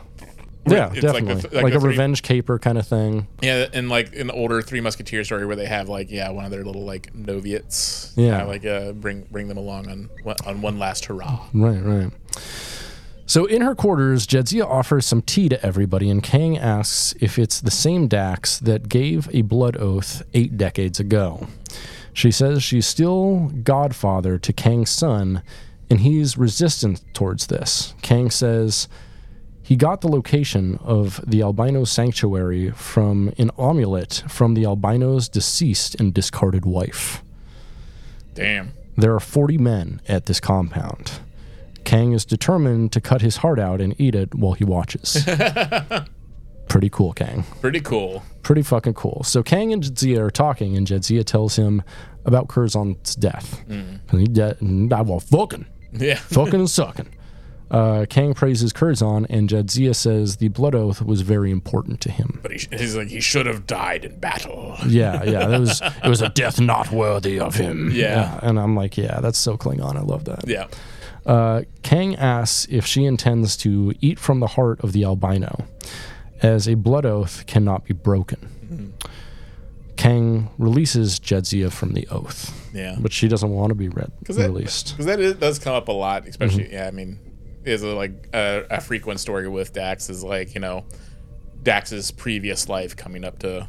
S1: Yeah,
S2: it's like
S1: definitely.
S2: the
S1: Like,
S2: th- like
S1: a
S2: the three-
S1: revenge caper kind of thing.
S2: Yeah, and like an older Three Musketeers story where they have like yeah one of their little like noviots.
S1: Yeah.
S2: Kinda like uh, bring bring them along on one- on one last hurrah.
S1: Right, right. So in her quarters, Jedzia offers some tea to everybody, and Kang asks if it's the same Dax that gave a blood oath eight decades ago. She says she's still godfather to Kang's son, and he's resistant towards this. Kang says he got the location of the albino sanctuary from an amulet from the albino's deceased and discarded wife.
S2: Damn.
S1: There are 40 men at this compound. Kang is determined to cut his heart out and eat it while he watches. Pretty cool, Kang.
S2: Pretty cool. [LAUGHS]
S1: Pretty fucking cool. So Kang and Jedzia are talking, and Jedzia tells him about Curzon's death. And he de- and I was fucking,
S2: Yeah.
S1: fucking and sucking. Uh, Kang praises Curzon, and Jadzia says the blood oath was very important to him.
S2: But he, sh- he's like he should have died in battle. [LAUGHS]
S1: Yeah, yeah, that was it was a death not worthy of him.
S2: Yeah.
S1: and I'm like, yeah, that's so Klingon. I love that.
S2: Yeah.
S1: Uh, Kang asks if she intends to eat from the heart of the albino, as a blood oath cannot be broken.
S2: Hmm.
S1: Kang releases Jedzia from the oath,
S2: Yeah.
S1: but she doesn't want to be re-
S2: that-
S1: released. Mm-hmm.
S2: because that is, does come up a lot, especially yeah. I mean, is a, like a, a frequent story with Dax is like you know, Dax's previous life coming up to,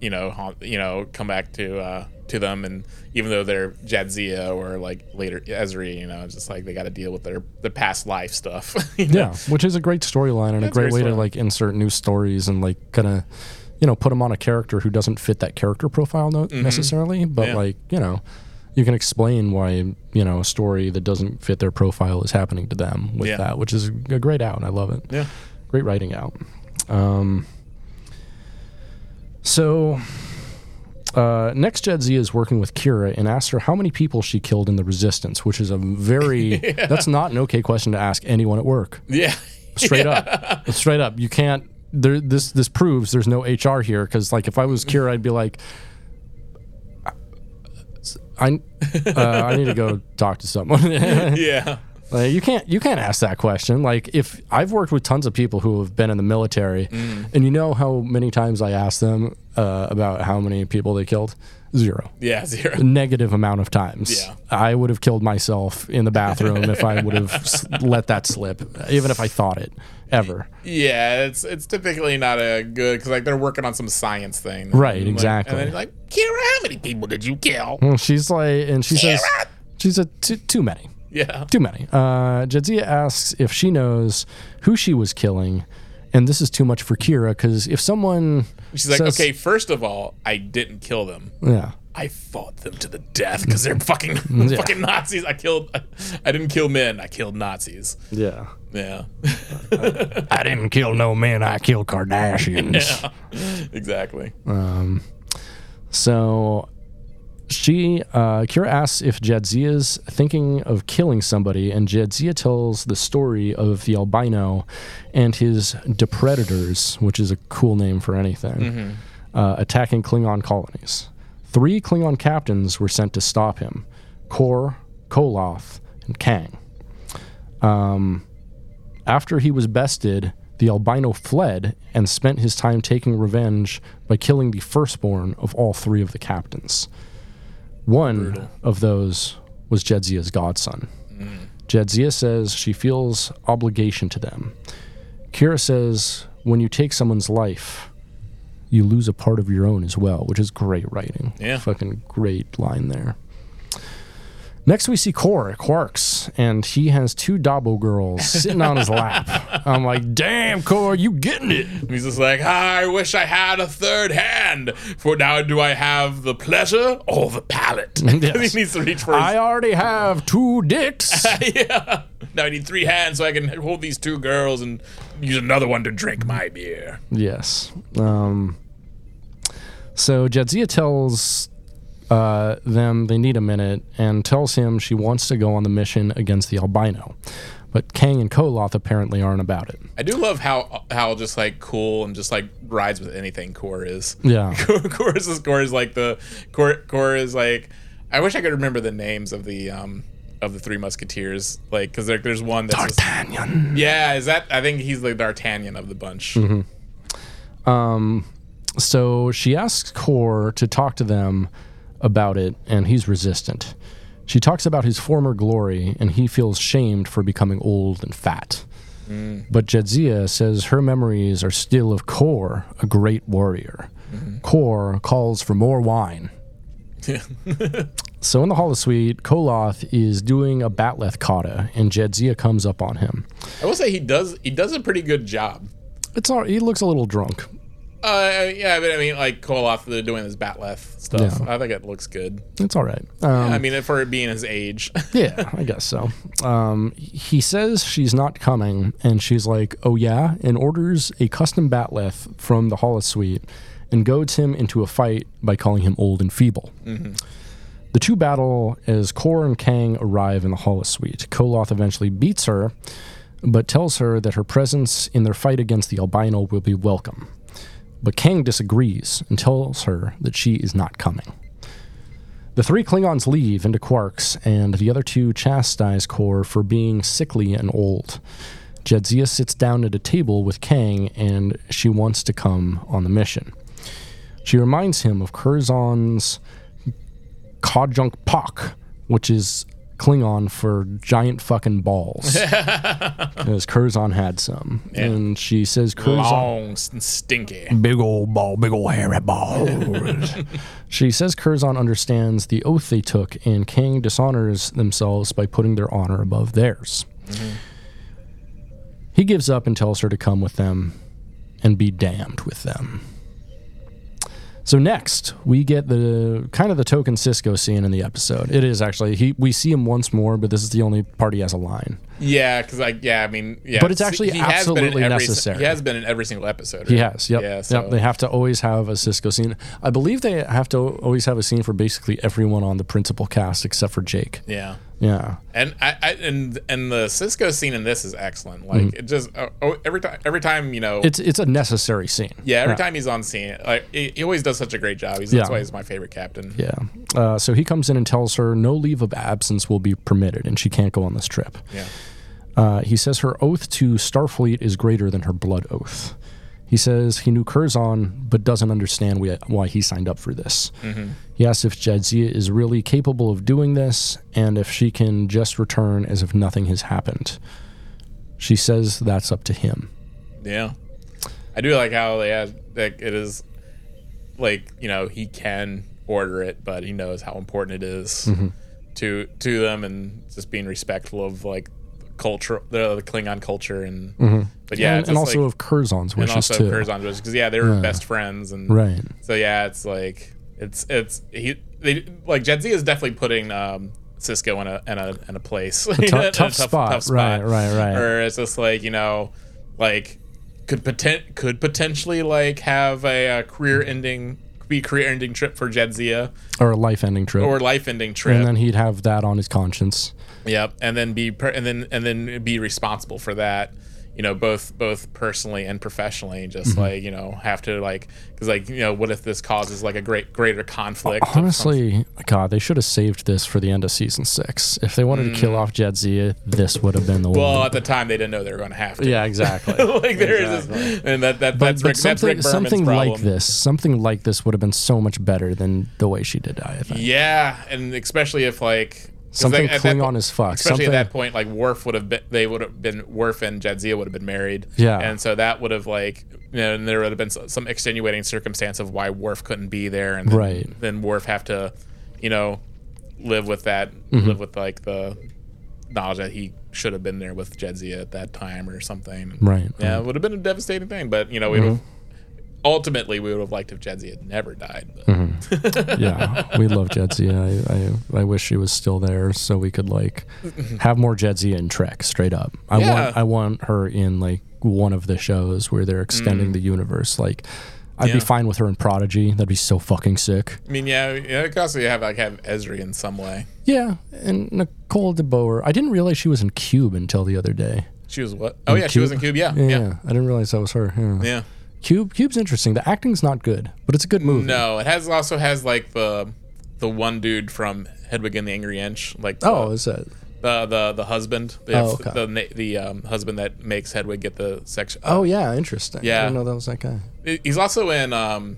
S2: you know, haunt, you know, come back to uh, to them, and even though they're Jadzia or like later Ezri, you know, it's just like they got to deal with their the past life stuff. [LAUGHS] you know?
S1: yeah, which is a great storyline and a
S2: That's a
S1: great,
S2: great
S1: way to
S2: storyline.
S1: like insert new stories and like kind of, you know, put them on a character who doesn't fit that character profile no- necessarily, but
S2: Mm-hmm. Yeah.
S1: like you know, you can explain why you know a story that doesn't fit their profile is happening to them with
S2: Yeah.
S1: that, which is a great out. I love it.
S2: Yeah.
S1: Great writing out. Um, so. Uh, Next Gen Z is working with Kira and asked her how many people she killed in the resistance, which is a very that's not an okay question to ask anyone at work
S2: Yeah. [LAUGHS]
S1: straight up straight up you can't there this this proves there's no hr here because like if i was cure i'd be like i uh, i need to go talk to someone
S2: yeah.
S1: like, you can't you can't ask that question like if i've worked with tons of people who have been in the military and you know how many times i asked them uh, about how many people they killed zero
S2: Yeah. Zero.
S1: negative amount of times.
S2: Yeah.
S1: I would have killed myself in the bathroom if I would have s- let that slip, even if I thought it ever.
S2: Yeah, it's it's typically not a good because like they're working on some science thing,
S1: Right,
S2: And, like-
S1: exactly.
S2: And then like, Kira, how many people did you kill?
S1: And she's like, and she says, she's a too, too many,
S2: Yeah,
S1: too many. Uh, Jadzia asks if she knows who she was killing. And this is too much for Kira because if someone
S2: she's like,
S1: says-
S2: okay, first of all, I didn't kill them.
S1: yeah,
S2: I fought them to the death because they're fucking fucking Nazis. I killed. I didn't kill men. I killed Nazis.
S1: yeah,
S2: Yeah, [LAUGHS]
S1: I didn't kill no man, I killed Kardashians.
S2: exactly.
S1: So she, uh, Kira asks if Jadzia's thinking of killing somebody, and Jadzia tells the story of the albino and his depredators, which is a cool name for anything, uh, attacking Klingon colonies. Three Klingon captains were sent to stop him Kor, Koloth, and Kang. After he was bested, the albino fled and spent his time taking revenge by killing the firstborn of all three of the captains. One of those was Jedzia's godson. Jedzia says she feels obligation to them. Kira says, when you take someone's life, you lose a part of your own as well, which is great writing.
S2: Yeah.
S1: Fucking great line there. Next, we see Cor, Quarks, and he has two Dabo girls sitting on his lap. I'm like, damn, Cor, you getting it.
S2: And he's just like, I wish I had a third hand. For now, do I have the pleasure or the palate? 'Cause [LAUGHS] he needs to reach for. His,
S1: I already have two dicks.
S2: yeah. Now I need three hands so I can hold these two girls and use another one to drink my beer.
S1: Yes. Um, so Jadzia tells uh, them they need a minute and tells him she wants to go on the mission against the albino. But Kang and Koloth apparently aren't about it.
S2: I do love how how just like cool and just like rides with anything core is.
S1: Yeah.
S2: [LAUGHS] Core is core is like the core core is like I wish I could remember the names of the um of the three musketeers like because there's one that's just-
S1: D'Artagnan.
S2: yeah is that I think he's the D'Artagnan of the bunch
S1: Mm-hmm. So she asks Kor to talk to them about it, and he's resistant. She talks about his former glory, and he feels shamed for becoming old and fat. But Jadzia says her memories are still of Kor, a great warrior. Kor calls for more wine. so in the Hollow Suite, Koloth is doing a Batleth kata, and Jadzia comes up on him.
S2: I will say he does he does a pretty good job
S1: It's all, he looks a little drunk.
S2: uh yeah but I mean like Koloff the doing his batleth stuff
S1: Yeah.
S2: I think it looks good
S1: It's all right. Um,
S2: I mean for it being his age [LAUGHS]
S1: Yeah, I guess so. Um, he says she's not coming, and she's like, "Oh yeah," and orders a custom batleth from the Hollis suite, and goads him into a fight by calling him old and feeble. The two battle as Kor and Kang arrive in the Hollis suite. Koloth eventually beats her, but tells her that her presence in their fight against the albino will be welcome. But Kang disagrees and tells her that she is not coming. The three Klingons leave into Quarks, and the other two chastise Kor for being sickly and old. Jedzia sits down at a table with Kang, and she wants to come on the mission. She reminds him of Curzon's Kajunk Pak, which is Klingon for giant fucking balls. Because Curzon had some. And she says Curzon
S2: long and stinky
S1: big old ball, big old hairy ball. [LAUGHS] she says Curzon understands the oath they took, and King dishonors themselves by putting their honor above theirs. He gives up and tells her to come with them and be damned with them. So next, we get the kind of the token Cisco scene in the episode. It is actually he. We see him once more, but this is the only part he has a line.
S2: Yeah, because like yeah, I mean yeah.
S1: But it's
S2: See,
S1: actually
S2: has been in
S1: absolutely
S2: every,
S1: necessary.
S2: He has been in every single episode.
S1: He
S2: right?
S1: has. Yep.
S2: Yeah.
S1: yep.
S2: So.
S1: They have to always have a Cisco scene. I believe they have to always have a scene for basically everyone on the principal cast except for Jake.
S2: yeah.
S1: Yeah.
S2: And I, I and and the Cisco scene in this is excellent. Like it just oh, oh, every time every time you know
S1: Mm. It's it's a necessary scene.
S2: yeah every time he's on scene like he, he always does such a great job. He's that's
S1: Yeah.
S2: why he's my favorite captain.
S1: Yeah. Uh, so he comes in and tells her no leave of absence will be permitted, and she can't go on this trip.
S2: Yeah.
S1: Uh, he says her oath to Starfleet is greater than her blood oath. He says he knew Curzon, but doesn't understand why- why he signed up for this.
S2: Mm-hmm.
S1: He asks if Jadzia is really capable of doing this and if she can just return as if nothing has happened. She says that's up to him.
S2: Yeah. I do like how yeah like it is like you know he can order it, but he knows how important it is
S1: Mm-hmm.
S2: to to them and just being respectful of like culture the, the Klingon culture and but yeah
S1: Mm-hmm. and,
S2: it's just,
S1: and also
S2: like,
S1: of Curzon's
S2: and
S1: wishes
S2: also
S1: too.
S2: Curzon was because yeah they were best friends and
S1: Right.
S2: so yeah it's like it's it's he they like Gen Z is definitely putting um Cisco in a in a in a place [LAUGHS] in a
S1: tough spot. Right, right, right.
S2: or it's just like you know like could potent could potentially like have a, uh career ending be career ending trip for Jedzia
S1: Or a life ending trip.
S2: or life ending trip
S1: and then he'd have that on his conscience.
S2: Yep, and then be per- and then and then be responsible for that. You know, both both personally and professionally, just
S1: Mm-hmm.
S2: like you know, have to like because like you know, what if this causes like a great greater conflict? of some-
S1: Honestly, God, they should have saved this for the end of season six. If they wanted to kill off Jadzia, this would have been the
S2: Mm. well,
S1: one.
S2: at the time they didn't know they were going to have to.
S1: yeah,
S2: [LAUGHS]
S1: exactly.
S2: like there is, this, and that, that that's Rick, that's Rick Berman's
S1: something
S2: problem.
S1: like this, something like this would have been so much better than the way she did die. I think.
S2: Yeah, and especially if like 'cause
S1: Something
S2: at that
S1: Klingon
S2: po-
S1: as fuck,
S2: Especially
S1: something-
S2: at that point, like Worf would have been, they would have been Worf and Jadzia would have been married.
S1: Yeah.
S2: and so that would have like, you know, and there would have been s- some extenuating circumstance of why Worf couldn't be there, and then,
S1: Right.
S2: then Worf have to, you know, live with that,
S1: Mm-hmm.
S2: live with like the knowledge that he should have been there with Jedzia at that time or something.
S1: Right,
S2: Yeah, it would have been a devastating thing, but you know, we would
S1: Hmm.
S2: have. Ultimately, we would have liked if Jedzia had never died. But
S1: Hmm. Yeah, we love Jedzia. I, I I wish she was still there so we could like have more Jedzia in Trek. Straight up, I
S2: Yeah.
S1: want I want her in like one of the shows where they're extending the universe. Like, I'd
S2: Mm. Yeah.
S1: be fine with her in Prodigy. That'd be so fucking sick.
S2: I mean, yeah, yeah, it could also have like have Esri in some way.
S1: Yeah, and Nicole DeBoer. I didn't realize she was in Cube until the other day.
S2: She was what? Oh yeah, she was in Cube. Yeah,
S1: Yeah,
S2: yeah,
S1: I didn't realize that was her. Yeah.
S2: yeah.
S1: Cube Cube's interesting. The acting's not good, but it's a good movie.
S2: No, it has also has like the the one dude from Hedwig and the Angry Inch, like the,
S1: Oh, is that?
S2: the, the the husband, the
S1: Oh, okay.
S2: the na- the um, husband that makes Hedwig get the section.
S1: Oh yeah, interesting. I
S2: Yeah.
S1: didn't know that was that guy.
S2: He's also in. Um,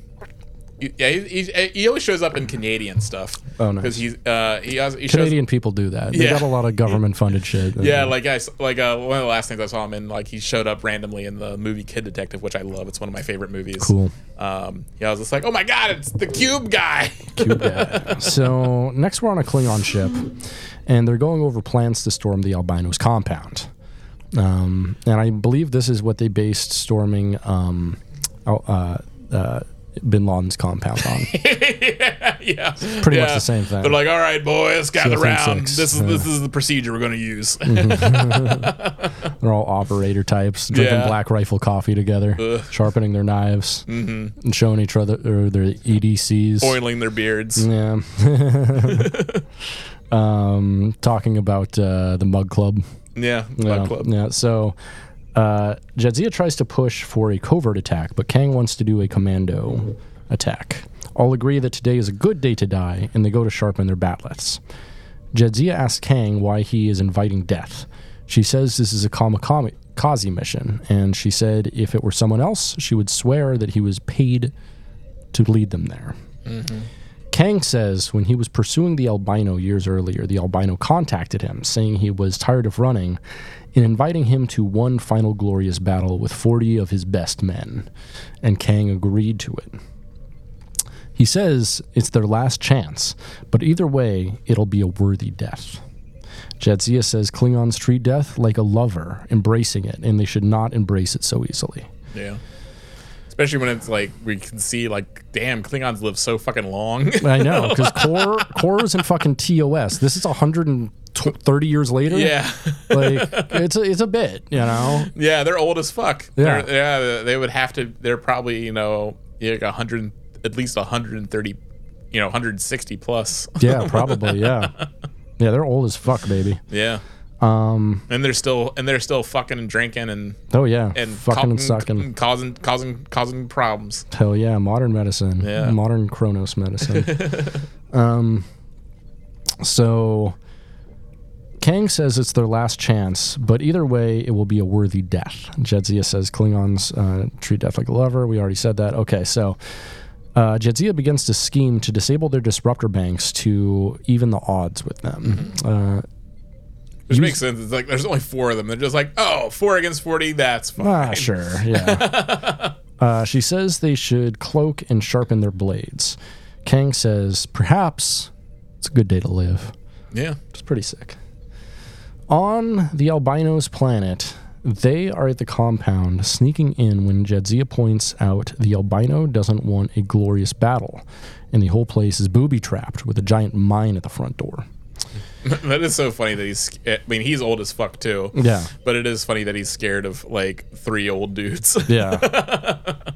S2: he- yeah, he, he, he always shows up in Canadian stuff.
S1: Oh, nice.
S2: Because he's uh, he, also, he shows
S1: Canadian people do that. They
S2: Yeah.
S1: got a lot of
S2: [LAUGHS]
S1: government funded shit.
S2: Yeah, like I s- like uh, one of the last things I saw him in, like he showed up randomly in the movie Kid Detective, which I love. It's one of my favorite movies.
S1: Cool.
S2: Um, yeah, I was just like, oh my god, it's the Cube guy. [LAUGHS]
S1: Cube guy. so next we're on a Klingon ship, and they're going over plans to storm the Albinos compound. Um, and I believe this is what they based storming um, Al- uh, uh, Bin Laden's compound
S2: [LAUGHS]
S1: on.
S2: yeah,
S1: Pretty much
S2: Yeah.
S1: the same thing.
S2: They're like, all right, boys, gather
S1: Same thing,
S2: round.
S1: six.
S2: This is this
S1: Yeah. Mm-hmm.
S2: is the procedure we're gonna use. [LAUGHS]
S1: They're all operator types, drinking
S2: Yeah.
S1: black rifle coffee together, sharpening their knives, and showing each other or their EDCs.
S2: Oiling their beards.
S1: Yeah. [LAUGHS] um, talking about uh, the Mug Club.
S2: Yeah,
S1: Mm-hmm. Yeah,
S2: Mug club.
S1: yeah. So uh, Jadzia tries to push for a covert attack, but Kang wants to do a commando attack. All agree that today is a good day to die, and they go to sharpen their batlets. Jadzia asks Kang why he is inviting death. She says this is a kamikaze mission, and she said if it were someone else, she would swear that he was paid to lead them there. Kang says when he was pursuing the albino years earlier, the albino contacted him, saying he was tired of running and inviting him to one final glorious battle with 40 of his best men. And Kang agreed to it. He says it's their last chance, but either way, it'll be a worthy death. Jadzia says Klingons treat death like a lover, embracing it, and they should not embrace it so easily.
S2: Yeah. especially when it's like we can see like, damn, Klingons live so fucking long. [LAUGHS]
S1: I know [LAUGHS] because Core Core was in fucking TOS. This is 130 years later.
S2: yeah,
S1: like it's a, it's a bit, you know.
S2: yeah, they're old as fuck.
S1: Yeah.
S2: They're- yeah, they would have to. They're probably you know yeah, like a hundred, at least a hundred and thirty, you know, hundred and sixty plus.
S1: Yeah, probably. Yeah, yeah, they're old as fuck, baby.
S2: yeah. Um, and they're still and they're still fucking and drinking and
S1: Oh yeah,
S2: and mm.
S1: fucking
S2: talking-
S1: and sucking.
S2: causing causing causing problems.
S1: Hell yeah, modern medicine.
S2: Yeah.
S1: Modern
S2: [LAUGHS]
S1: Chronos medicine. um, so Kang says it's their last chance, but either way, it will be a worthy death. Jedzia says Klingons uh, treat death like a lover. We already said that. Okay, so. Uh, Jadzia begins to scheme to disable their disruptor banks to even the odds with
S2: Mm-hmm.
S1: them. Uh,
S2: Which makes sense. It's like there's only four of them. They're just like, oh, four against forty. That's fine.
S1: Ah, sure, yeah. uh, she says they should cloak and sharpen their blades. Kang says, perhaps it's a good day to live.
S2: Yeah.
S1: It's pretty sick. On the albino's planet, they are at the compound, sneaking in when Jedzia points out the albino doesn't want a glorious battle, and the whole place is booby trapped with a giant mine at the front door.
S2: That is so funny that he's. I mean, he's old as fuck too.
S1: Yeah.
S2: But it is funny that he's scared of like three old dudes. [LAUGHS]
S1: Yeah. [LAUGHS]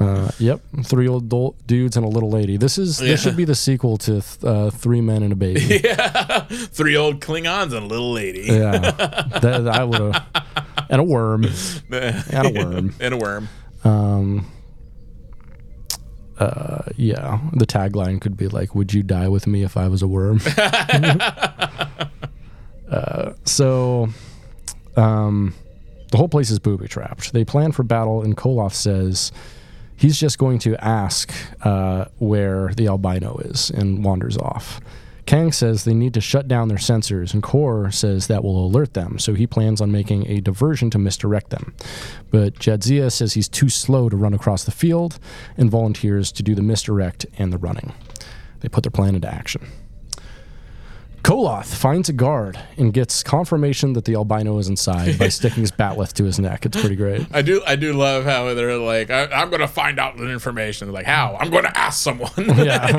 S1: Uh, yep, three old dul- dudes and a little lady. This is
S2: Yeah.
S1: this should be the sequel to th- uh, Three Men and a [LAUGHS] Baby.
S2: yeah. Three old Klingons and a little lady.
S1: Yeah, that, that I would have, and a worm, and a worm.
S2: [LAUGHS] and a worm.
S1: [LAUGHS] Yeah, the tagline could be like, "Would you die with me if I was a [LAUGHS] worm?" uh, so, um, the whole place is booby trapped. They plan for battle, and Koloff says he's just going to ask uh, where the albino is and wanders off. Kang says they need to shut down their sensors, and Kor says that will alert them, so he plans on making a diversion to misdirect them. But Jadzia says he's too slow to run across the field and volunteers to do the misdirect and the running. They put their plan into action. Koloth finds a guard and gets confirmation that the albino is inside by sticking his batleth to his neck. It's pretty great.
S2: I do. I do love how they're like. I, I'm gonna find out the information. Like how? I'm gonna ask someone.
S1: Yeah.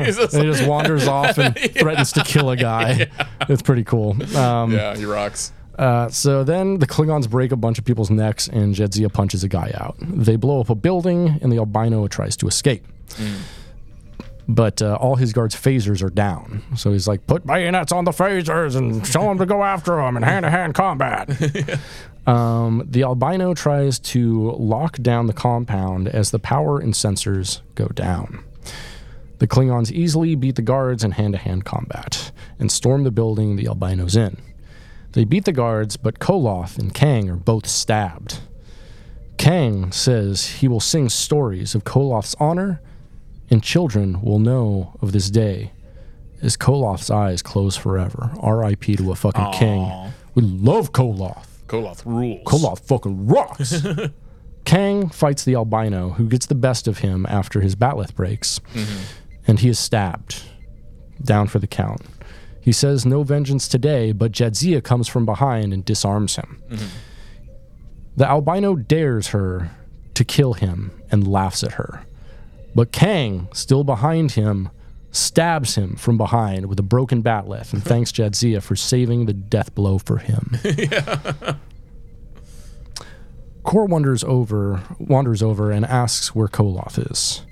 S2: [LAUGHS] It's just
S1: and he
S2: like-
S1: just wanders off
S2: [LAUGHS]
S1: and threatens to kill a guy. It's pretty cool. Um,
S2: yeah. He rocks.
S1: uh, so then the Klingons break a bunch of people's necks and Jedzia punches a guy out. They blow up a building and the albino tries to escape. But uh, all his guards' phasers are down. So he's like, put bayonets on the phasers and show them to go after them in hand to hand combat. Um, the albino tries to lock down the compound as the power and sensors go down. The Klingons easily beat the guards in hand to hand combat and storm the building the albinos in. They beat the guards, but Koloth and Kang are both stabbed. Kang says he will sing stories of Koloth's honor, and children will know of this day as Koloth's eyes close forever. R.I.P. to a fucking king. We love Koloth.
S2: Koloth rules.
S1: Koloth fucking rocks. Kang fights the albino, who gets the best of him after his batleth breaks, and he is stabbed, down for the count. He says no vengeance today, but Jadzia comes from behind and disarms him. The albino dares her to kill him and laughs at her, but Kang, still behind him, stabs him from behind with a broken batleth and thanks Jadzia for saving the death blow for him. Kor wanders over, wanders over and asks where Koloth is.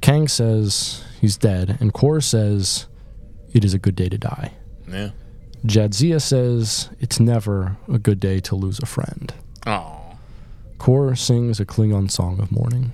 S1: Kang says he's dead, and Kor says it is a good day to die.
S2: Yeah.
S1: Jadzia says it's never a good day to lose a friend.
S2: Oh.
S1: Kor sings a Klingon song of mourning.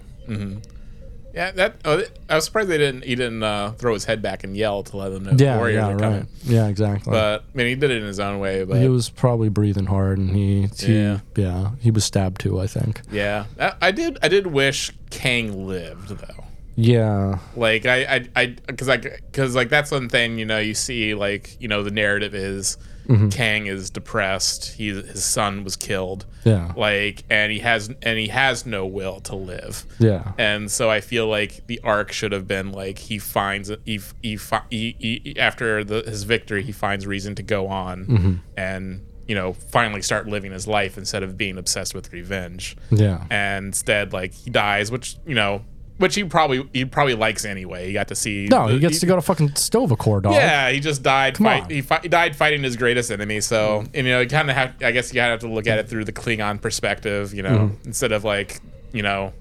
S2: Yeah, that oh, th- I was surprised they didn't. He didn't uh, throw his head back and yell to let them know
S1: Yeah,
S2: warriors
S1: yeah,
S2: are
S1: right.
S2: coming.
S1: Yeah, exactly.
S2: But I mean, he did it in his own way. But
S1: he was probably breathing hard, and he, he
S2: Yeah.
S1: yeah. he was stabbed too, I think.
S2: yeah, I, I did. I did wish Kang lived though.
S1: Yeah,
S2: Like I, I, I, because I, because like that's one thing you know. You see, like you know, the narrative is
S1: Mm-hmm.
S2: Kang is depressed. He, his son was killed.
S1: yeah,
S2: Like, and he has, and he has no will to live.
S1: yeah,
S2: and so I feel like the arc should have been like he finds he
S1: Mm-hmm.
S2: he, fi- he, he after the, his victory he finds reason to go on and you know, finally start living his life instead of being obsessed with revenge.
S1: Yeah.
S2: And instead, like he dies, which you know, which he probably he probably likes anyway. He got to see.
S1: No, he gets to go to fucking Stovacor, dog.
S2: Yeah, he just died.
S1: on. Mm-hmm.
S2: Fight, he, fi- he died fighting his greatest enemy. So and, you know, you kind of have. I guess you kind of have to look at it through the Klingon perspective. You know,
S1: Mm-hmm.
S2: instead of like you know,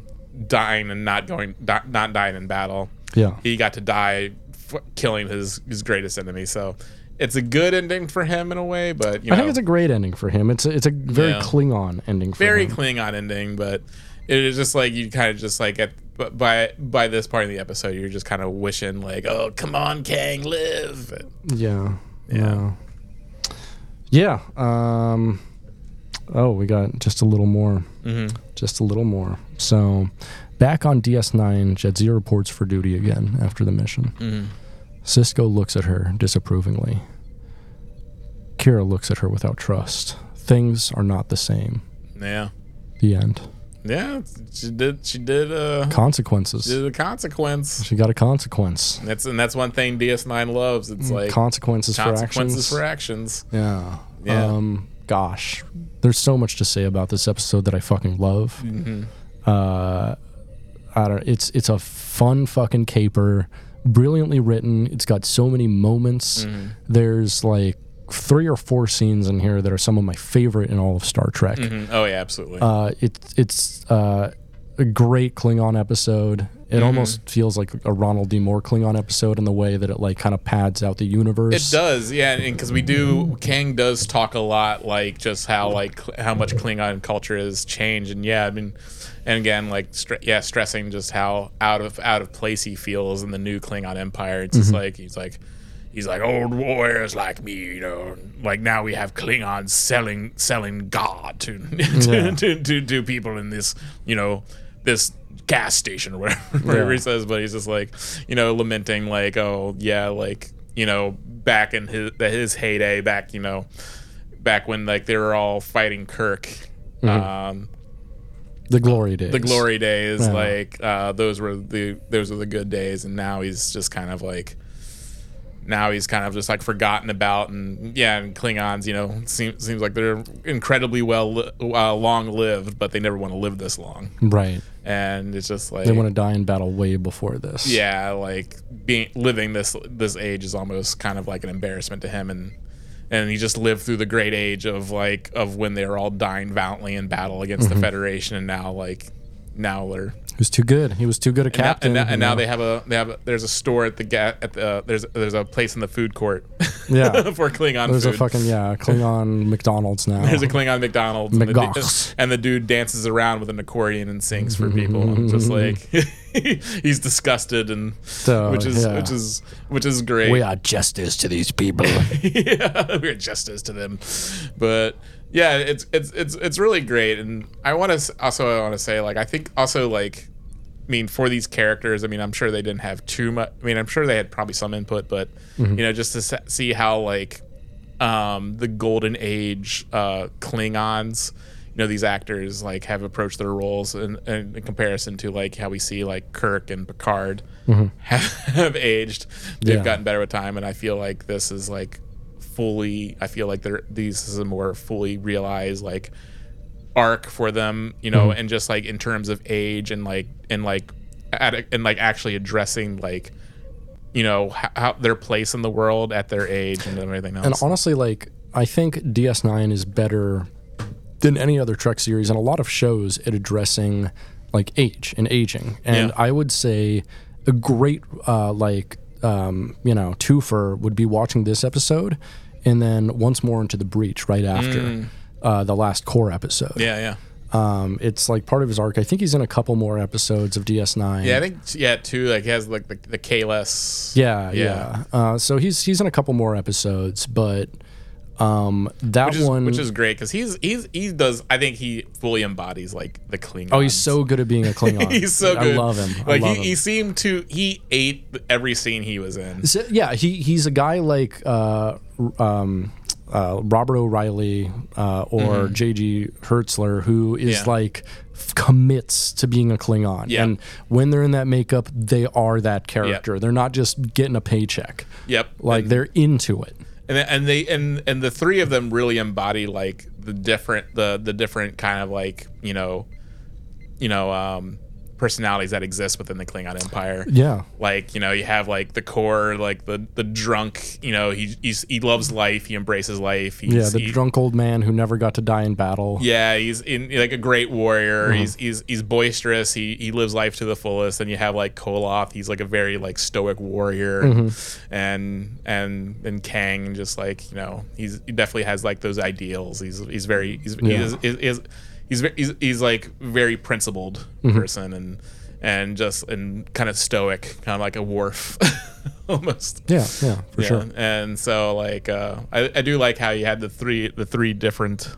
S2: dying and not going, di- not dying in battle.
S1: Yeah.
S2: he got to die f- killing his his greatest enemy. So it's a good ending for him in a way, but you know,
S1: I think it's a great ending for him. It's a, it's a very
S2: Yeah.
S1: Klingon ending for
S2: very
S1: him.
S2: Klingon ending, but it is just like you kind of just like at but by by this part of the episode, you're just kind of wishing like, oh, come on, Kang, live.
S1: Yeah. Yeah. Yeah. Um, oh, we got just a little more.
S2: Mm-hmm.
S1: Just a little more. So, back on DS9, Jadzia reports for duty again after the mission.
S2: Mm-hmm.
S1: Cisco looks at her disapprovingly. Kira looks at her without trust. Things are not the same.
S2: Yeah,
S1: The end.
S2: yeah. She did. She did. Uh,
S1: Consequences.
S2: did a consequence.
S1: She got a consequence.
S2: That's and that's one thing DS9 loves. It's like
S1: Mm, consequences,
S2: consequences
S1: for
S2: for
S1: actions.
S2: actions.
S1: yeah.
S2: Yeah.
S1: Um, gosh, there's so much to say about this episode that I fucking love.
S2: Mm-hmm.
S1: Uh, I don't. It's it's a fun fucking caper, brilliantly written. It's got so many moments.
S2: Mm-hmm.
S1: There's like three or four scenes in here that are some of my favorite in all of Star Trek.
S2: Mhm. Oh yeah, absolutely.
S1: Uh, it, it's uh, a great Klingon episode. It
S2: Mm-hmm.
S1: almost feels like a Ronald D. Moore Klingon episode in the way that it like kind of pads out the
S2: It
S1: universe.
S2: does, yeah, and because we do, Kang does talk a lot, like just how like cl- how much Klingon culture has changed, and yeah, I mean, and again, like stre- yeah, stressing just how out of out of place he feels in the new Klingon Empire. It's just like he's like. He's like old warriors like me, you know. Like now we have Klingons selling selling God to [LAUGHS] to, to, to, to people in this, you know, this gas station or whatever, [LAUGHS] whatever he
S1: Yeah.
S2: says. But he's just like, you know, lamenting like, oh yeah, like you know, back in his his heyday, back you know, back when like they were all fighting Kirk.
S1: Mm-hmm.
S2: Um,
S1: The glory days.
S2: the glory days
S1: Yeah.
S2: like uh, those were the those were the good days and now he's just kind of like now he's kind of just like forgotten about and yeah and klingons you know seems seems like they're incredibly well li- uh, long lived but they never want to live this long
S1: Right.
S2: and it's just like
S1: They want to die in battle way before this.
S2: yeah like being living this this age is almost kind of like an embarrassment to him and and he just lived through the great age of like of when they were all dying valiantly in battle against
S1: Mm-hmm.
S2: the federation and now like now they're
S1: He was too good. He was too good a
S2: and
S1: captain.
S2: now, and
S1: you
S2: now
S1: know.
S2: they have a they have a, there's a store at the ga- at the uh, there's there's a place in the food court [LAUGHS]
S1: Yeah.
S2: for Klingon
S1: There's a
S2: food. [LAUGHS]
S1: fucking, yeah, Klingon McDonald's now.
S2: there's a Klingon McDonald's and the, du-
S1: McGox.
S2: [LAUGHS] and the dude dances around with an accordion and sings for people. I'm just like
S1: Mm-hmm.
S2: [LAUGHS] he's disgusted and
S1: [LAUGHS] So,
S2: which is
S1: Oh, yeah.
S2: which is which is great.
S1: we are justice to these people.
S2: [LAUGHS] yeah, we're justice to them. But yeah, it's it's it's it's really great, and I want to also I want to say like I think also like I mean for these characters, I mean I'm sure they didn't have too much. I mean I'm sure they had probably some input, but you know just to se- see how like um, the golden age uh, Klingons. You know these actors like have approached their roles in, in, in comparison to like how we see like Kirk and Picard have, [LAUGHS] have aged. They've
S1: Yeah.
S2: gotten better with time, and I feel like this is like fully. I feel like they're these is a more fully realized like arc for them, you know,
S1: Mm-hmm.
S2: and just like in terms of age and like and like ad- and like actually addressing like you know how, how their place in the world at their age and everything else.
S1: [LAUGHS] and honestly, like, I think DS9 is better than any other Trek series and a lot of shows at addressing, like, age and aging. And
S2: Yeah.
S1: I would say a great, uh, like, um, you know, twofer would be watching this episode and then once more into the breach right after
S2: Mm.
S1: uh, the last core episode.
S2: yeah, yeah.
S1: Um, it's like part of his arc. I think he's in a couple more episodes of DS9.
S2: Yeah, I think yeah, too. Like he has like the the Kalis.
S1: yeah,
S2: Yeah.
S1: yeah. Uh, so he's he's in a couple more episodes, but um, that
S2: which is,
S1: one.
S2: which is great because he's he's he does. I think he fully embodies like the Klingon.
S1: oh,
S2: [LAUGHS]
S1: he's so good at being a Klingon.
S2: he's so good.
S1: I love him. I
S2: Like
S1: love
S2: he,
S1: him.
S2: he seemed to he ate every scene he was in.
S1: So, yeah, he he's a guy like uh, r- um, uh, Robert O'Reilly uh, or J.G. Hertzler, who is
S2: Mm-hmm. Yeah.
S1: like f- commits to being a Klingon.
S2: Yeah.
S1: And when they're in that makeup, they are that character. They're not just getting a paycheck.
S2: Yep.
S1: Like they're into it.
S2: and and they and and the three of them really embody like the different the the different kind of like you know, you know um, personalities that exist within the Klingon Empire.
S1: Yeah.
S2: Like you know, you have like the core, like the the drunk. You know, he he's, he loves life. He embraces life. He's,
S1: Yeah, the
S2: he-
S1: drunk old man who never got to die in battle.
S2: yeah, he's in like a great
S1: Uh-huh.
S2: warrior. He's he's he's boisterous. He he lives life to the fullest. And you have like Koloth. He's like a very like stoic warrior,
S1: Mm-hmm.
S2: and and and Kang just like you know he's he definitely has like those ideals. He's he's very he's he
S1: Yeah.
S2: is, is, is he's ve- he's he's like very principled
S1: Mm-hmm.
S2: person and and just and kind of stoic, kind of like a wharf [LAUGHS] almost.
S1: Yeah, yeah, for
S2: Yeah,
S1: sure.
S2: and so like uh, I, I do like how you had the three the three different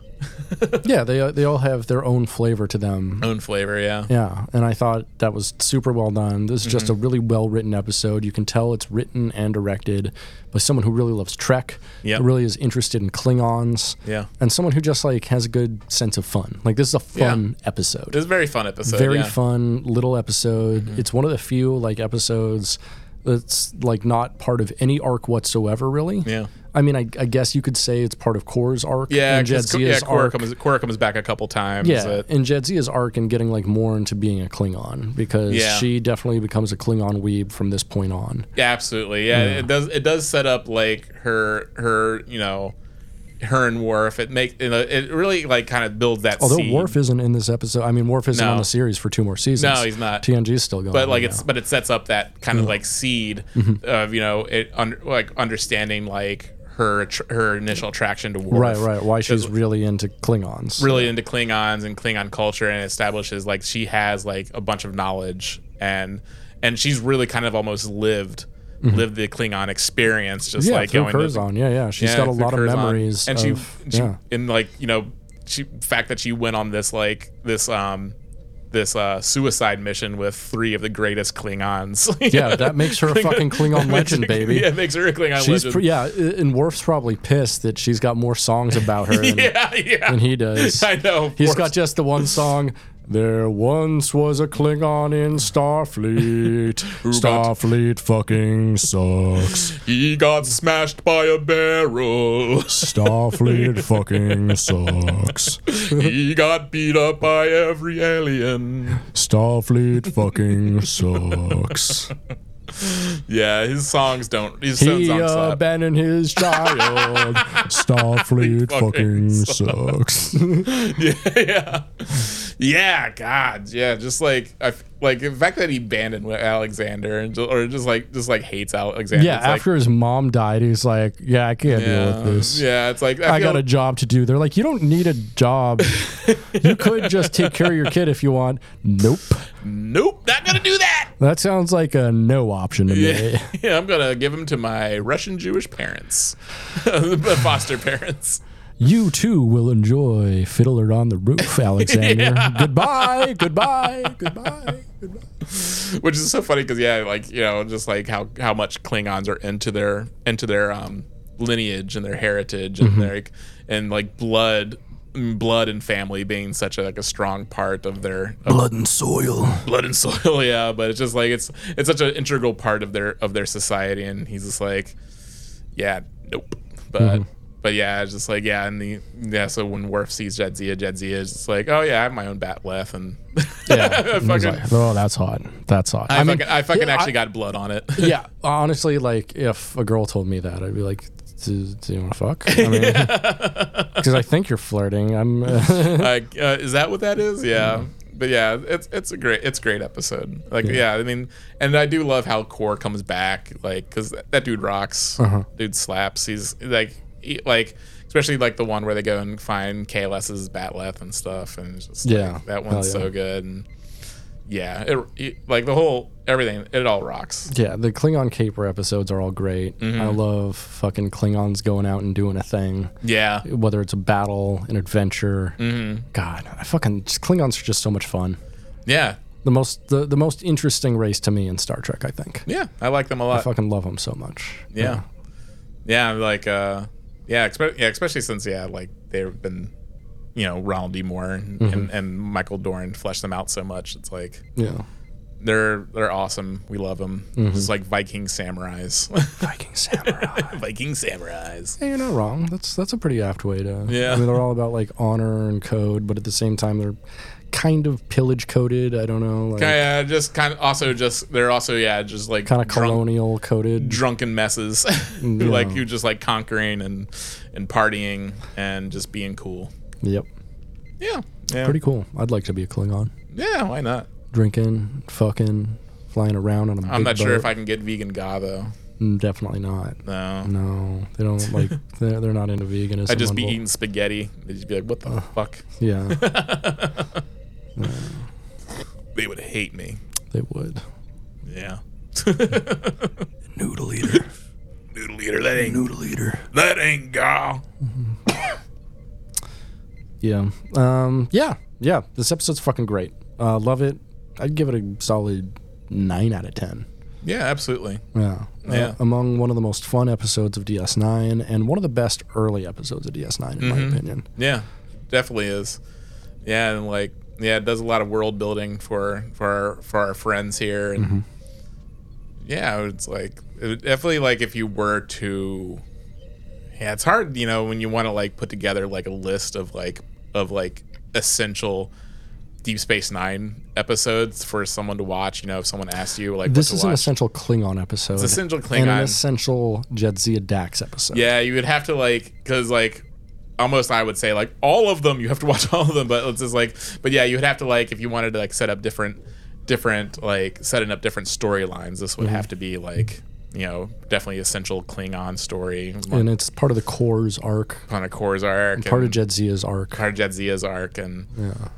S1: Yeah, they they all have their own flavor to them.
S2: own flavor. Yeah.
S1: Yeah, and I thought that was super well done. This is
S2: Mm-hmm.
S1: just a really well written episode. You can tell it's written and directed by someone who really loves Trek,
S2: Yep.
S1: who really is interested in Klingons,
S2: Yeah.
S1: and someone who just like has a good sense of fun. Like this is a fun episode.
S2: It was a very fun episode.
S1: very
S2: yeah. Mm-hmm.
S1: fun little episode. It's one of the few like episodes that's like not part of any arc whatsoever, really.
S2: Yeah.
S1: I mean, I, I guess you could say it's part of Kor's arc
S2: Yeah,
S1: and
S2: because yeah,
S1: Jadzia's
S2: Korra
S1: arc.
S2: comes, Korra comes back a couple times.
S1: yeah,
S2: but-
S1: and Jadzia's arc and getting like more into being a Klingon because
S2: Yeah.
S1: she definitely becomes a Klingon weeb from this point on.
S2: yeah, absolutely. Yeah, it does. It does set up like her, her, you know, her and Worf. It make you know, it really like kind of builds that.
S1: Although
S2: seed.
S1: Worf isn't in this episode, I mean Worf isn't
S2: No.
S1: on the series for two more seasons.
S2: No, he's not.
S1: TNG is still going.
S2: but like
S1: right
S2: it's but it sets up that kind of
S1: Mm-hmm.
S2: like seed of you know it under, like understanding like her attr- her initial attraction to Worf.
S1: now. right, right. Why she's really into Klingons?
S2: really into Klingons and Klingon culture and establishes like she has like a bunch of knowledge and and she's really kind of almost lived lived the Klingon experience just
S1: Mm-hmm. yeah,
S2: like
S1: through
S2: going to-
S1: Curzon. yeah, yeah. She's
S2: yeah,
S1: got a
S2: through
S1: lot of
S2: Curzon.
S1: memories.
S2: and she,
S1: of-
S2: she
S1: yeah.
S2: and like you know she fact that she went on this like this um this uh, suicide mission with three of the greatest Klingons. [LAUGHS]
S1: Yeah, that makes her a fucking Klingon
S2: Makes
S1: legend,
S2: her-
S1: baby.
S2: [LAUGHS] Yeah, makes her a Klingon
S1: She's
S2: legend.
S1: pr- yeah, and Worf's probably pissed that she's got more
S2: [LAUGHS]
S1: songs about her than,
S2: yeah, yeah.
S1: than he
S2: [LAUGHS]
S1: does.
S2: I know.
S1: He's
S2: Worf's
S1: got just the one song. There once was a Klingon
S2: [LAUGHS]
S1: in Starfleet.
S2: got-
S1: Starfleet fucking sucks.
S2: He got smashed by a barrel.
S1: Starfleet fucking sucks. [LAUGHS]
S2: he got beat up by every alien.
S1: Starfleet fucking sucks.
S2: Yeah, his songs don't. His songs
S1: He
S2: don't slap.
S1: abandoned his child. Starfleet
S2: fucking [LAUGHS]
S1: fucking sucks.
S2: yeah, [LAUGHS] yeah, yeah. God, yeah. Just like, I f like the fact that he abandoned with Alexander and just, or just like, just like hates Alexander.
S1: Yeah,
S2: It's like-
S1: after his mom died, he's like, "Yeah, I can't deal
S2: yeah,
S1: with this.
S2: yeah. It's like I,
S1: I
S2: feel,
S1: got a job to do." They're like, "You don't need a job. you could just take care of your kid if you want." Nope.
S2: Nope, not gonna do
S1: [LAUGHS]
S2: that.
S1: That sounds like a no option to me.
S2: Yeah, [LAUGHS] yeah, I'm gonna give him to my Russian Jewish parents, [LAUGHS] foster parents.
S1: You too will enjoy Fiddler on
S2: [LAUGHS]
S1: the Roof, Alexander. Goodbye, goodbye, goodbye.
S2: which is so funny because yeah, like you know, just like how how much Klingons are into their into their um, lineage and their heritage
S1: Mm-hmm.
S2: and their and like blood blood and family being such a like a strong part of their of
S1: Blood and soil.
S2: blood and [LAUGHS] soil yeah but it's just like it's it's such an integral part of their of their society and he's just like yeah nope but
S1: Mm-hmm.
S2: but yeah it's just like yeah and the yeah so when Worf sees Jadzia Jadzia is just like oh yeah I have my own bat left and [LAUGHS]
S1: Yeah. He's
S2: fucking,
S1: like, oh, that's hot. That's hot.
S2: I, fucking, I fucking
S1: yeah,
S2: actually got blood on it [LAUGHS]
S1: yeah, honestly, like if a girl told me that, I'd be like, "Do, do you want to fuck?" I
S2: [LAUGHS]
S1: mean, because I think you're flirting. I'm. Uh,
S2: [LAUGHS] like uh, is that what that is yeah but yeah it's it's a great it's a great episode like yeah. i mean and i do love how core comes back like because that, that dude rocks dude slaps he's like he, like especially like the one where they go and find kls's batleth and stuff and it's just yeah
S1: Yeah.
S2: that one's
S1: Hell yeah.
S2: so good and yeah it, it- like the whole everything it all rocks
S1: yeah, the Klingon caper episodes are all great. I
S2: Mm-hmm.
S1: love fucking Klingons going out and doing a thing,
S2: yeah
S1: whether it's a battle, an adventure.
S2: Mm-hmm.
S1: God, I fucking just, Klingons are just so much fun.
S2: yeah
S1: The most the, the most interesting race to me in Star Trek, I think.
S2: yeah i like them a lot
S1: I fucking love them so much.
S2: Yeah. Yeah, like uh yeah, expe- yeah, especially since yeah, like they've been you know, Ronald D. Moore and, and, and Michael Dorn fleshed them out so much. It's like
S1: Yeah.
S2: They're they're awesome. We love them. It's like Viking samurais. [LAUGHS]
S1: Viking samurai.
S2: Viking samurais.
S1: Hey, you're not wrong. That's that's a pretty apt way to.
S2: Yeah.
S1: I mean, they're all about like honor and code, but at the same time, they're kind of pillage coded. I don't know, like
S2: Yeah, just kind of also just they're also yeah just like
S1: kind of
S2: drunk-
S1: colonial coded.
S2: drunken messes [LAUGHS] who like who just like conquering and and partying and just being cool.
S1: Yep.
S2: Yeah. Yeah.
S1: Pretty cool. I'd like to be a Klingon.
S2: yeah, why not?
S1: Drinking, fucking, flying around on a. Mm,
S2: I'm not sure if I can get vegan ga though.
S1: Definitely not.
S2: No.
S1: No, they don't
S2: [LAUGHS]
S1: like. They're, they're not into veganism.
S2: I'd just
S1: on
S2: be
S1: Vol-
S2: eating spaghetti. They'd just be like, what the fuck? [LAUGHS]
S1: Yeah,
S2: They would hate me.
S1: they would.
S2: Yeah. [LAUGHS]
S1: Noodle eater.
S2: Noodle eater, that ain't
S1: Noodle eater.
S2: that ain't ga.
S1: Yeah. Um. Yeah. Yeah. This episode's fucking great. Uh, love it. I'd give it a solid nine out of ten.
S2: Yeah, absolutely.
S1: Yeah. Uh,
S2: Yeah.
S1: among one of the most fun episodes of DS9 and one of the best early episodes of DS9 in
S2: Mm-hmm.
S1: my opinion.
S2: Yeah. Definitely is. Yeah, and like yeah, it does a lot of world building for for our, for our friends here and
S1: Mm-hmm.
S2: yeah, it's like it would definitely like if you were to yeah, it's hard, you know, when you want to like put together like a list of like of like essential Deep Space Nine episodes for someone to watch. You know, if someone asks you like
S1: This
S2: what
S1: is
S2: to
S1: an
S2: watch,
S1: essential Klingon episode. It's
S2: essential
S1: And an
S2: Klingon.
S1: essential Jedzia Dax episode.
S2: Yeah, you would have to like because like almost I would say like all of them. You have to watch [LAUGHS] all of them, but it's just like but yeah, you would have to like if you wanted to like set up different different like setting up different storylines. This would have to be like you know definitely essential Klingon story
S1: And it's part of the Core's arc,
S2: on a Kor's arc,
S1: part of
S2: and
S1: Jedzia's arc.
S2: part of Jedzia's arc, and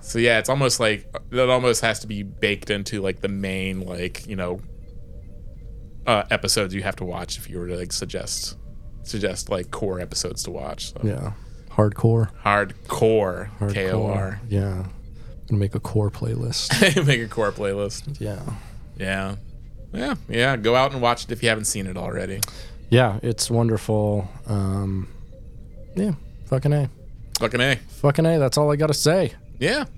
S2: so yeah, it's almost like that almost has to be baked into like the main like you know. Uh, episodes you have to watch if you were to like suggest suggest like core episodes to watch. So.
S1: Yeah. Hardcore.
S2: Hardcore. K O R. [LAUGHS]
S1: Yeah. Gonna make a core playlist.
S2: Make a core playlist.
S1: yeah.
S2: Yeah. Yeah. Yeah. Go out and watch it if you haven't seen it already.
S1: Yeah, it's wonderful. Um, yeah, fucking A.
S2: Fucking A.
S1: Fucking A, that's all I gotta say.
S2: Yeah. [LAUGHS]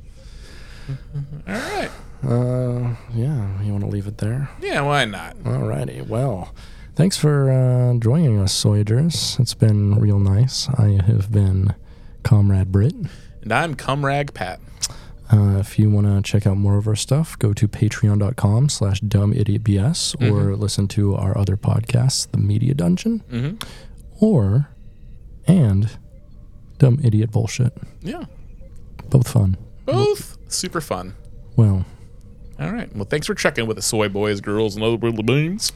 S2: All right.
S1: Uh, yeah, you wanna leave it there?
S2: Yeah, why not?
S1: Alrighty, well, thanks for uh, joining us, Soyagers. It's been real nice. I have been Comrade Brit.
S2: And I'm Cumrag Pat.
S1: Uh, if you want to check out more of our stuff, go to patreon.com slash dumbidiotbs or listen to our other podcasts, The Media Dungeon, or, and, Dumb Idiot Bullshit.
S2: Yeah.
S1: Both fun.
S2: Both super fun.
S1: Well,
S2: All right. Well, thanks for checking with the soy boys, girls, and other little beans.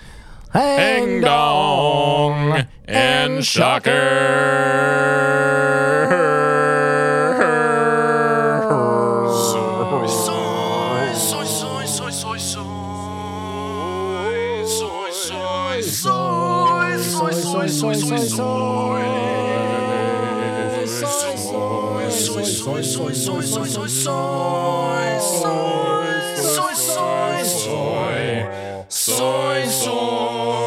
S1: hang
S2: Ding dong and shocker.
S3: soy, soy, soy, soy, soy. Soy, soy, soy, soy, soy, soy, soy, soy. Soy, soy, soy, soy, soy, soy, soy, soy. Soy, soy, soy, soy. Soy,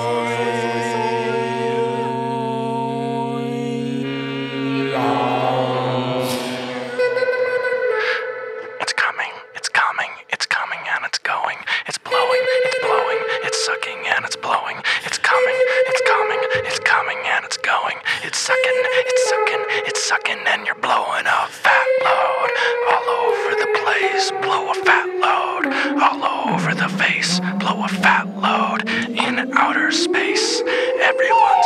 S3: soy.
S5: It's coming, it's coming, it's coming and it's going. It's blowing, it's blowing, it's sucking and it's blowing. It's coming, it's coming, it's coming and it's going. It's sucking, it's sucking, it's sucking and you're blowing a fat load all over the place. Blow a fat load all over the face. Blow a fat load in outer space. Everyone